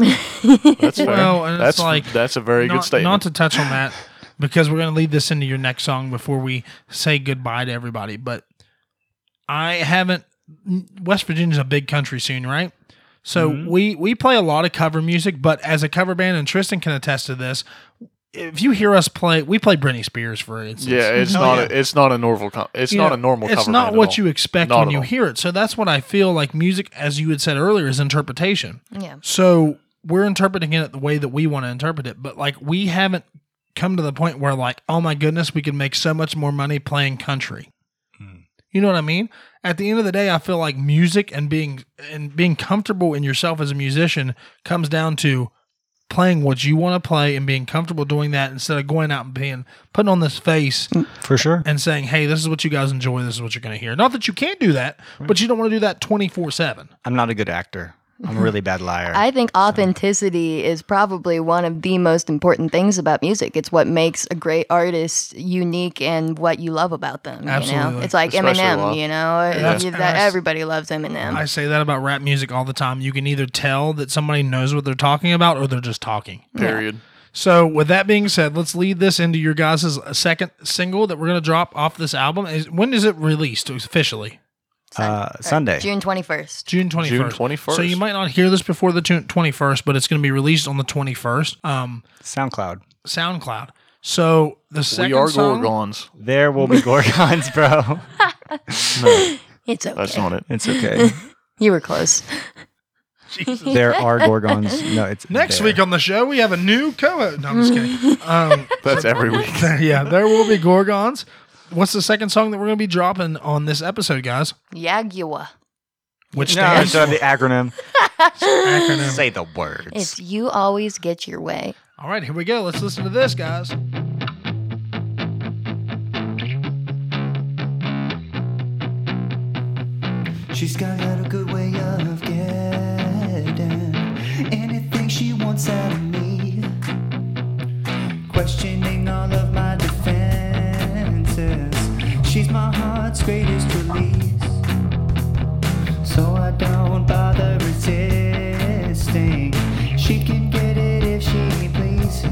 [SPEAKER 4] That's fair.
[SPEAKER 3] Well, and
[SPEAKER 4] that's
[SPEAKER 3] it's like
[SPEAKER 4] that's a very
[SPEAKER 3] not,
[SPEAKER 4] good statement.
[SPEAKER 3] Not to touch on that, because we're going to lead this into your next song before we say goodbye to everybody. But I haven't. West Virginia's a big country scene, right?
[SPEAKER 4] Mm-hmm.
[SPEAKER 3] So we we play a lot of cover music, but as a cover band, and Tristan can attest to this, if you hear us play, we play Britney Spears for instance.
[SPEAKER 4] Yeah, it's
[SPEAKER 3] Hell
[SPEAKER 4] not
[SPEAKER 3] yeah.
[SPEAKER 4] A, it's not a normal com- it's
[SPEAKER 3] You
[SPEAKER 4] not
[SPEAKER 3] know,
[SPEAKER 4] a normal.
[SPEAKER 3] It's
[SPEAKER 4] cover
[SPEAKER 3] not
[SPEAKER 4] band at
[SPEAKER 3] what
[SPEAKER 4] all.
[SPEAKER 3] you expect
[SPEAKER 4] Not
[SPEAKER 3] when
[SPEAKER 4] at
[SPEAKER 3] you
[SPEAKER 4] all.
[SPEAKER 3] hear it. So that's what I feel like music, as you had said earlier, is interpretation.
[SPEAKER 2] Yeah.
[SPEAKER 3] So we're interpreting it the way that we want to interpret it, but like we haven't come to the point where like, oh my goodness, we can make so much more money playing country. You know what I mean? At the end of the day, I feel like music and being and being comfortable in yourself as a musician comes down to playing what you want to play and being comfortable doing that instead of going out and being putting on this face
[SPEAKER 1] for sure.
[SPEAKER 3] and saying, "Hey, this is what you guys enjoy. This is what you're going to hear." Not that you can't do that, but you don't want to do that twenty four seven.
[SPEAKER 1] I'm not a good actor. I'm a really bad liar. Uh,
[SPEAKER 2] I think authenticity is probably one of the most important things about music. It's what makes a great artist unique and what you love about them. You
[SPEAKER 3] Absolutely.
[SPEAKER 2] know, it's like
[SPEAKER 4] Especially
[SPEAKER 2] Eminem.
[SPEAKER 4] love.
[SPEAKER 2] You know,
[SPEAKER 3] that's-
[SPEAKER 2] You-
[SPEAKER 3] and
[SPEAKER 2] that
[SPEAKER 3] that's-
[SPEAKER 2] everybody loves Eminem.
[SPEAKER 3] I say that about rap music all the time. You can either tell that somebody knows what they're talking about, or they're just talking.
[SPEAKER 4] Period.
[SPEAKER 3] So, with that being said, let's lead this into your guys' second single that we're going to drop off this album. Is when is it released officially?
[SPEAKER 2] Sun-
[SPEAKER 1] Uh,
[SPEAKER 2] or
[SPEAKER 1] Sunday.
[SPEAKER 2] June twenty first.
[SPEAKER 3] June 21st.
[SPEAKER 4] June 21st.
[SPEAKER 3] So you might not hear this before the tu- 21st, but it's going to be released on the 21st. Um,
[SPEAKER 1] SoundCloud.
[SPEAKER 3] SoundCloud. So the second
[SPEAKER 4] We are
[SPEAKER 3] song,
[SPEAKER 4] Gorgons.
[SPEAKER 1] There will be gorgons, bro.
[SPEAKER 2] It's okay.
[SPEAKER 4] That's not it.
[SPEAKER 1] It's okay.
[SPEAKER 2] you were close.
[SPEAKER 1] There are gorgons. No, it's
[SPEAKER 3] Next
[SPEAKER 1] there.
[SPEAKER 3] week on the show, we have a new co-host. No, I'm just kidding. Um,
[SPEAKER 4] That's every week.
[SPEAKER 3] yeah, there will be Gorgons. What's the second song that we're going to be dropping on this episode, guys?
[SPEAKER 2] Yagua.
[SPEAKER 3] Which
[SPEAKER 1] No,
[SPEAKER 3] stands
[SPEAKER 4] uh,
[SPEAKER 1] so the acronym.
[SPEAKER 3] acronym.
[SPEAKER 1] Say the words.
[SPEAKER 2] It's you always get your way.
[SPEAKER 3] All right, here we go. Let's listen to this, guys.
[SPEAKER 5] She's got a good way of getting anything she wants out of me. Questioning all of my defenses. She's my heart's greatest release. So I don't bother resisting. She can get it if she pleases.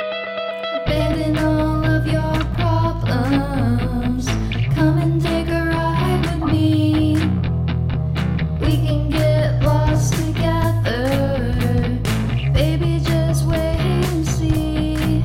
[SPEAKER 6] Abandon all of your problems. Come and take a ride with me. We can get lost together. Baby, just wait and see.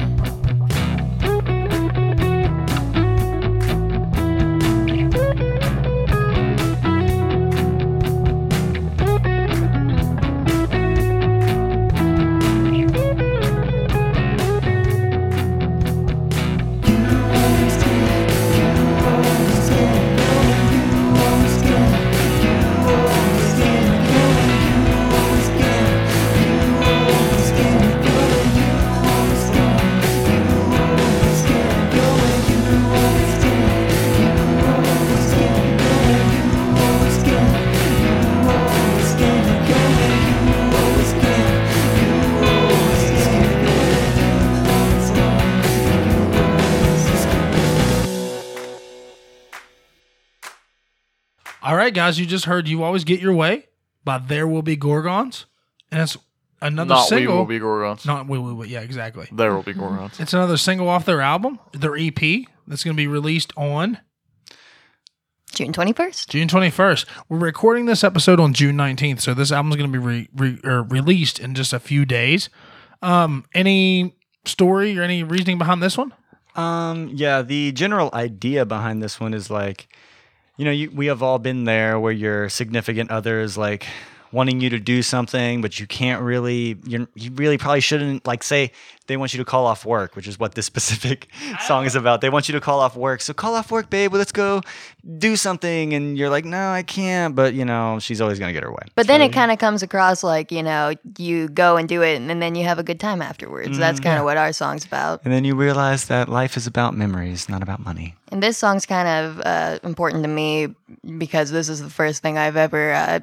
[SPEAKER 3] All right, guys, you just heard "You Always Get Your Way" by There Will Be Gorgons, and it's another
[SPEAKER 4] Not we
[SPEAKER 3] single.
[SPEAKER 4] will be Gorgons.
[SPEAKER 3] Not we will be. Yeah, exactly.
[SPEAKER 4] There will be Gorgons.
[SPEAKER 3] It's another single off their album, their EP, that's going to be released on
[SPEAKER 2] June twenty first.
[SPEAKER 3] June 21st. We're recording this episode on June 19th, so this album's going to be re- re- er, released in just a few days. Um, any story or any reasoning behind this one?
[SPEAKER 1] Um, yeah, the general idea behind this one is like, you know, you, we have all been there where your significant other is like, wanting you to do something, but you can't really. You you really probably shouldn't. Like say they want you to call off work, which is what this specific song is about. They want you to call off work. So call off work, babe. Let's go do something. And you're like, no, I can't. But you know, she's always gonna get her way.
[SPEAKER 2] But then it kind of comes across like, you know, you go and do it and then you have a good time afterwards. That's kind of what our song's about.
[SPEAKER 1] And then you realize that life is about memories, not about money.
[SPEAKER 2] And this song's kind of uh, important to me because this is the first thing I've ever uh,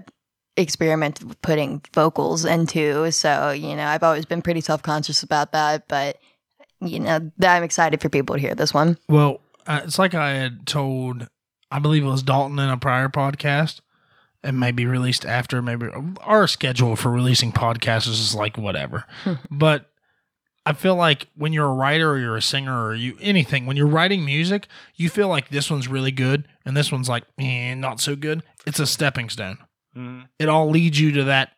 [SPEAKER 2] experimented with putting vocals into. So, you know, I've always been pretty self conscious about that. But, you know, th- I'm excited for people to hear this one.
[SPEAKER 3] Well, uh, it's like I had told, I believe it was Dalton in a prior podcast, and maybe released after, maybe our schedule for releasing podcasts is just like whatever. but I feel like when you're a writer or you're a singer or you anything, when you're writing music, you feel like this one's really good and this one's like eh, not so good. It's a stepping stone. It all leads you to that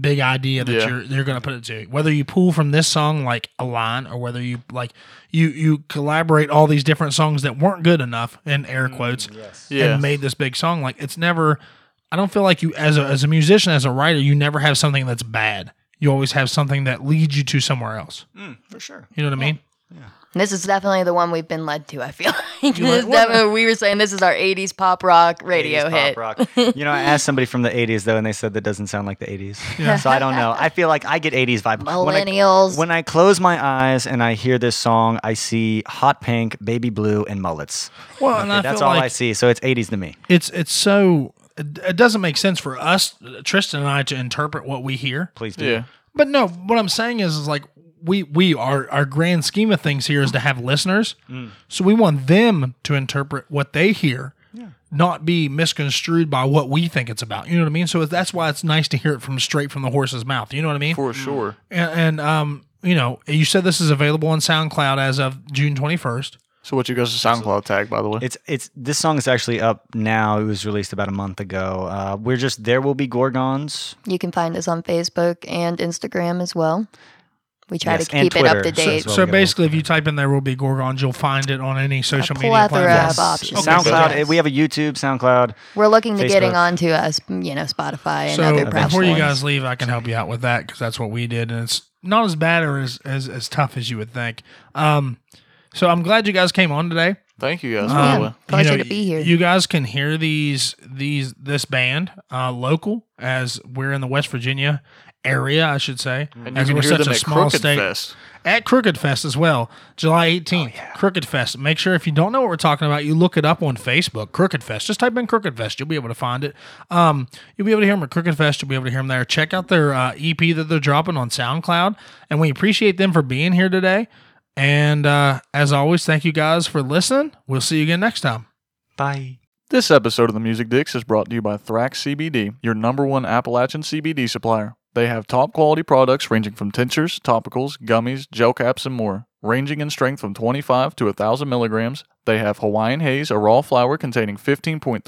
[SPEAKER 3] big idea that
[SPEAKER 4] Yeah.
[SPEAKER 3] you're you're gonna put it to. Whether you pull from this song like a line or whether you like you you collaborate all these different songs that weren't good enough in air quotes
[SPEAKER 4] Yeah.
[SPEAKER 3] and made this big song. Like it's never. I don't feel like you as a as a musician as a writer you never have something that's bad. You always have something that leads you to somewhere else.
[SPEAKER 1] Mm, for sure.
[SPEAKER 3] You know what I mean?
[SPEAKER 2] This is definitely the one we've been led to, I feel like.
[SPEAKER 3] You
[SPEAKER 2] This
[SPEAKER 3] went,
[SPEAKER 2] definitely- we were saying this is our 80s pop rock radio
[SPEAKER 1] 80s
[SPEAKER 2] hit.
[SPEAKER 1] Pop rock. you know, I asked somebody from the 80s though, and they said that doesn't sound like the 80s. So I don't know. I feel like I get 80s vibe.
[SPEAKER 2] Millennials.
[SPEAKER 1] When I, when I close my eyes and I hear this song, I see hot pink, baby blue, and mullets.
[SPEAKER 3] Well, and I
[SPEAKER 1] That's
[SPEAKER 3] feel
[SPEAKER 1] all
[SPEAKER 3] like
[SPEAKER 1] I see. So it's 80s to me.
[SPEAKER 3] it's it's so it, it doesn't make sense for us Tristan and I to interpret what we hear.
[SPEAKER 1] Please do.
[SPEAKER 4] Yeah.
[SPEAKER 3] But no, what I'm saying is, is like we we are our grand scheme of things here is to have listeners, so we want them to interpret what they hear, not be misconstrued by what we think it's about. You know what I mean? So that's why it's nice to hear it from straight from the horse's mouth. You know what I mean?
[SPEAKER 4] For sure.
[SPEAKER 3] and, and um, you know, you said this is available on SoundCloud as of June 21st.
[SPEAKER 4] So what you guys a SoundCloud tag, by the way?
[SPEAKER 1] It's it's this song is actually up now. It was released about a month ago. Uh, we're just there will be gorgons.
[SPEAKER 2] You can find us on Facebook and Instagram as well. We try
[SPEAKER 1] Yes,
[SPEAKER 2] to
[SPEAKER 1] and
[SPEAKER 2] keep it up
[SPEAKER 1] Twitter.
[SPEAKER 2] to date.
[SPEAKER 1] So-
[SPEAKER 3] So basically, if you type in there will be gorgons, you'll find it on any social media
[SPEAKER 2] plethora
[SPEAKER 3] platform.
[SPEAKER 2] of options.
[SPEAKER 3] Okay,
[SPEAKER 1] SoundCloud.
[SPEAKER 2] good.
[SPEAKER 1] eh, We have a YouTube, SoundCloud.
[SPEAKER 2] We're looking to getting
[SPEAKER 1] Facebook.
[SPEAKER 2] onto us, you know, Spotify and
[SPEAKER 3] So
[SPEAKER 2] other
[SPEAKER 3] before
[SPEAKER 2] platforms.
[SPEAKER 3] you guys leave, I can help you out with that because that's what we did, and it's not as bad or as as, as tough as you would think. Um, so I'm glad you guys came on today.
[SPEAKER 4] Thank you
[SPEAKER 3] Uh,
[SPEAKER 4] guys, by
[SPEAKER 2] Yeah.
[SPEAKER 4] the way.
[SPEAKER 2] Pleasure
[SPEAKER 3] you
[SPEAKER 2] to be here.
[SPEAKER 3] You guys can hear these these this band uh, local as we're in the West Virginia area, I should say,
[SPEAKER 4] And you
[SPEAKER 3] as
[SPEAKER 4] can
[SPEAKER 3] we're
[SPEAKER 4] hear
[SPEAKER 3] such
[SPEAKER 4] them
[SPEAKER 3] a
[SPEAKER 4] at
[SPEAKER 3] small
[SPEAKER 4] Crooked
[SPEAKER 3] state.
[SPEAKER 4] Fest.
[SPEAKER 3] At Crooked Fest as well, July 18th. Crooked Fest. Make sure if you don't know what we're talking about, you look it up on Facebook. Crooked Fest. Just type in Crooked Fest. You'll be able to find it. Um, you'll be able to hear them at Crooked Fest. You'll be able to hear them there. Check out their uh, EP that they're dropping on SoundCloud. And we appreciate them for being here today. And uh, as always, thank you guys for listening. We'll see you again next time.
[SPEAKER 1] Bye.
[SPEAKER 4] This episode of the Music Dicks is brought to you by Thrax CBD, your number one Appalachian CBD supplier. They have top quality products ranging from tinctures, topicals, gummies, gel caps, and more. Ranging in strength from 25 to 1,000 milligrams, they have Hawaiian Haze, a raw flower containing 15.34%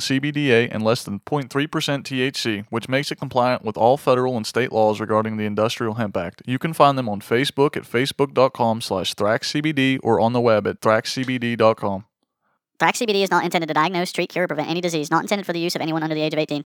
[SPEAKER 4] CBDA and less than 0.3% THC, which makes it compliant with all federal and state laws regarding the Industrial Hemp Act. You can find them on Facebook at facebook.com slash thraxcbd or on the web at thraxcbd.com.
[SPEAKER 7] Thrax CBD is not intended to diagnose, treat, cure, or prevent any disease, not intended for the use of anyone under the age of 18.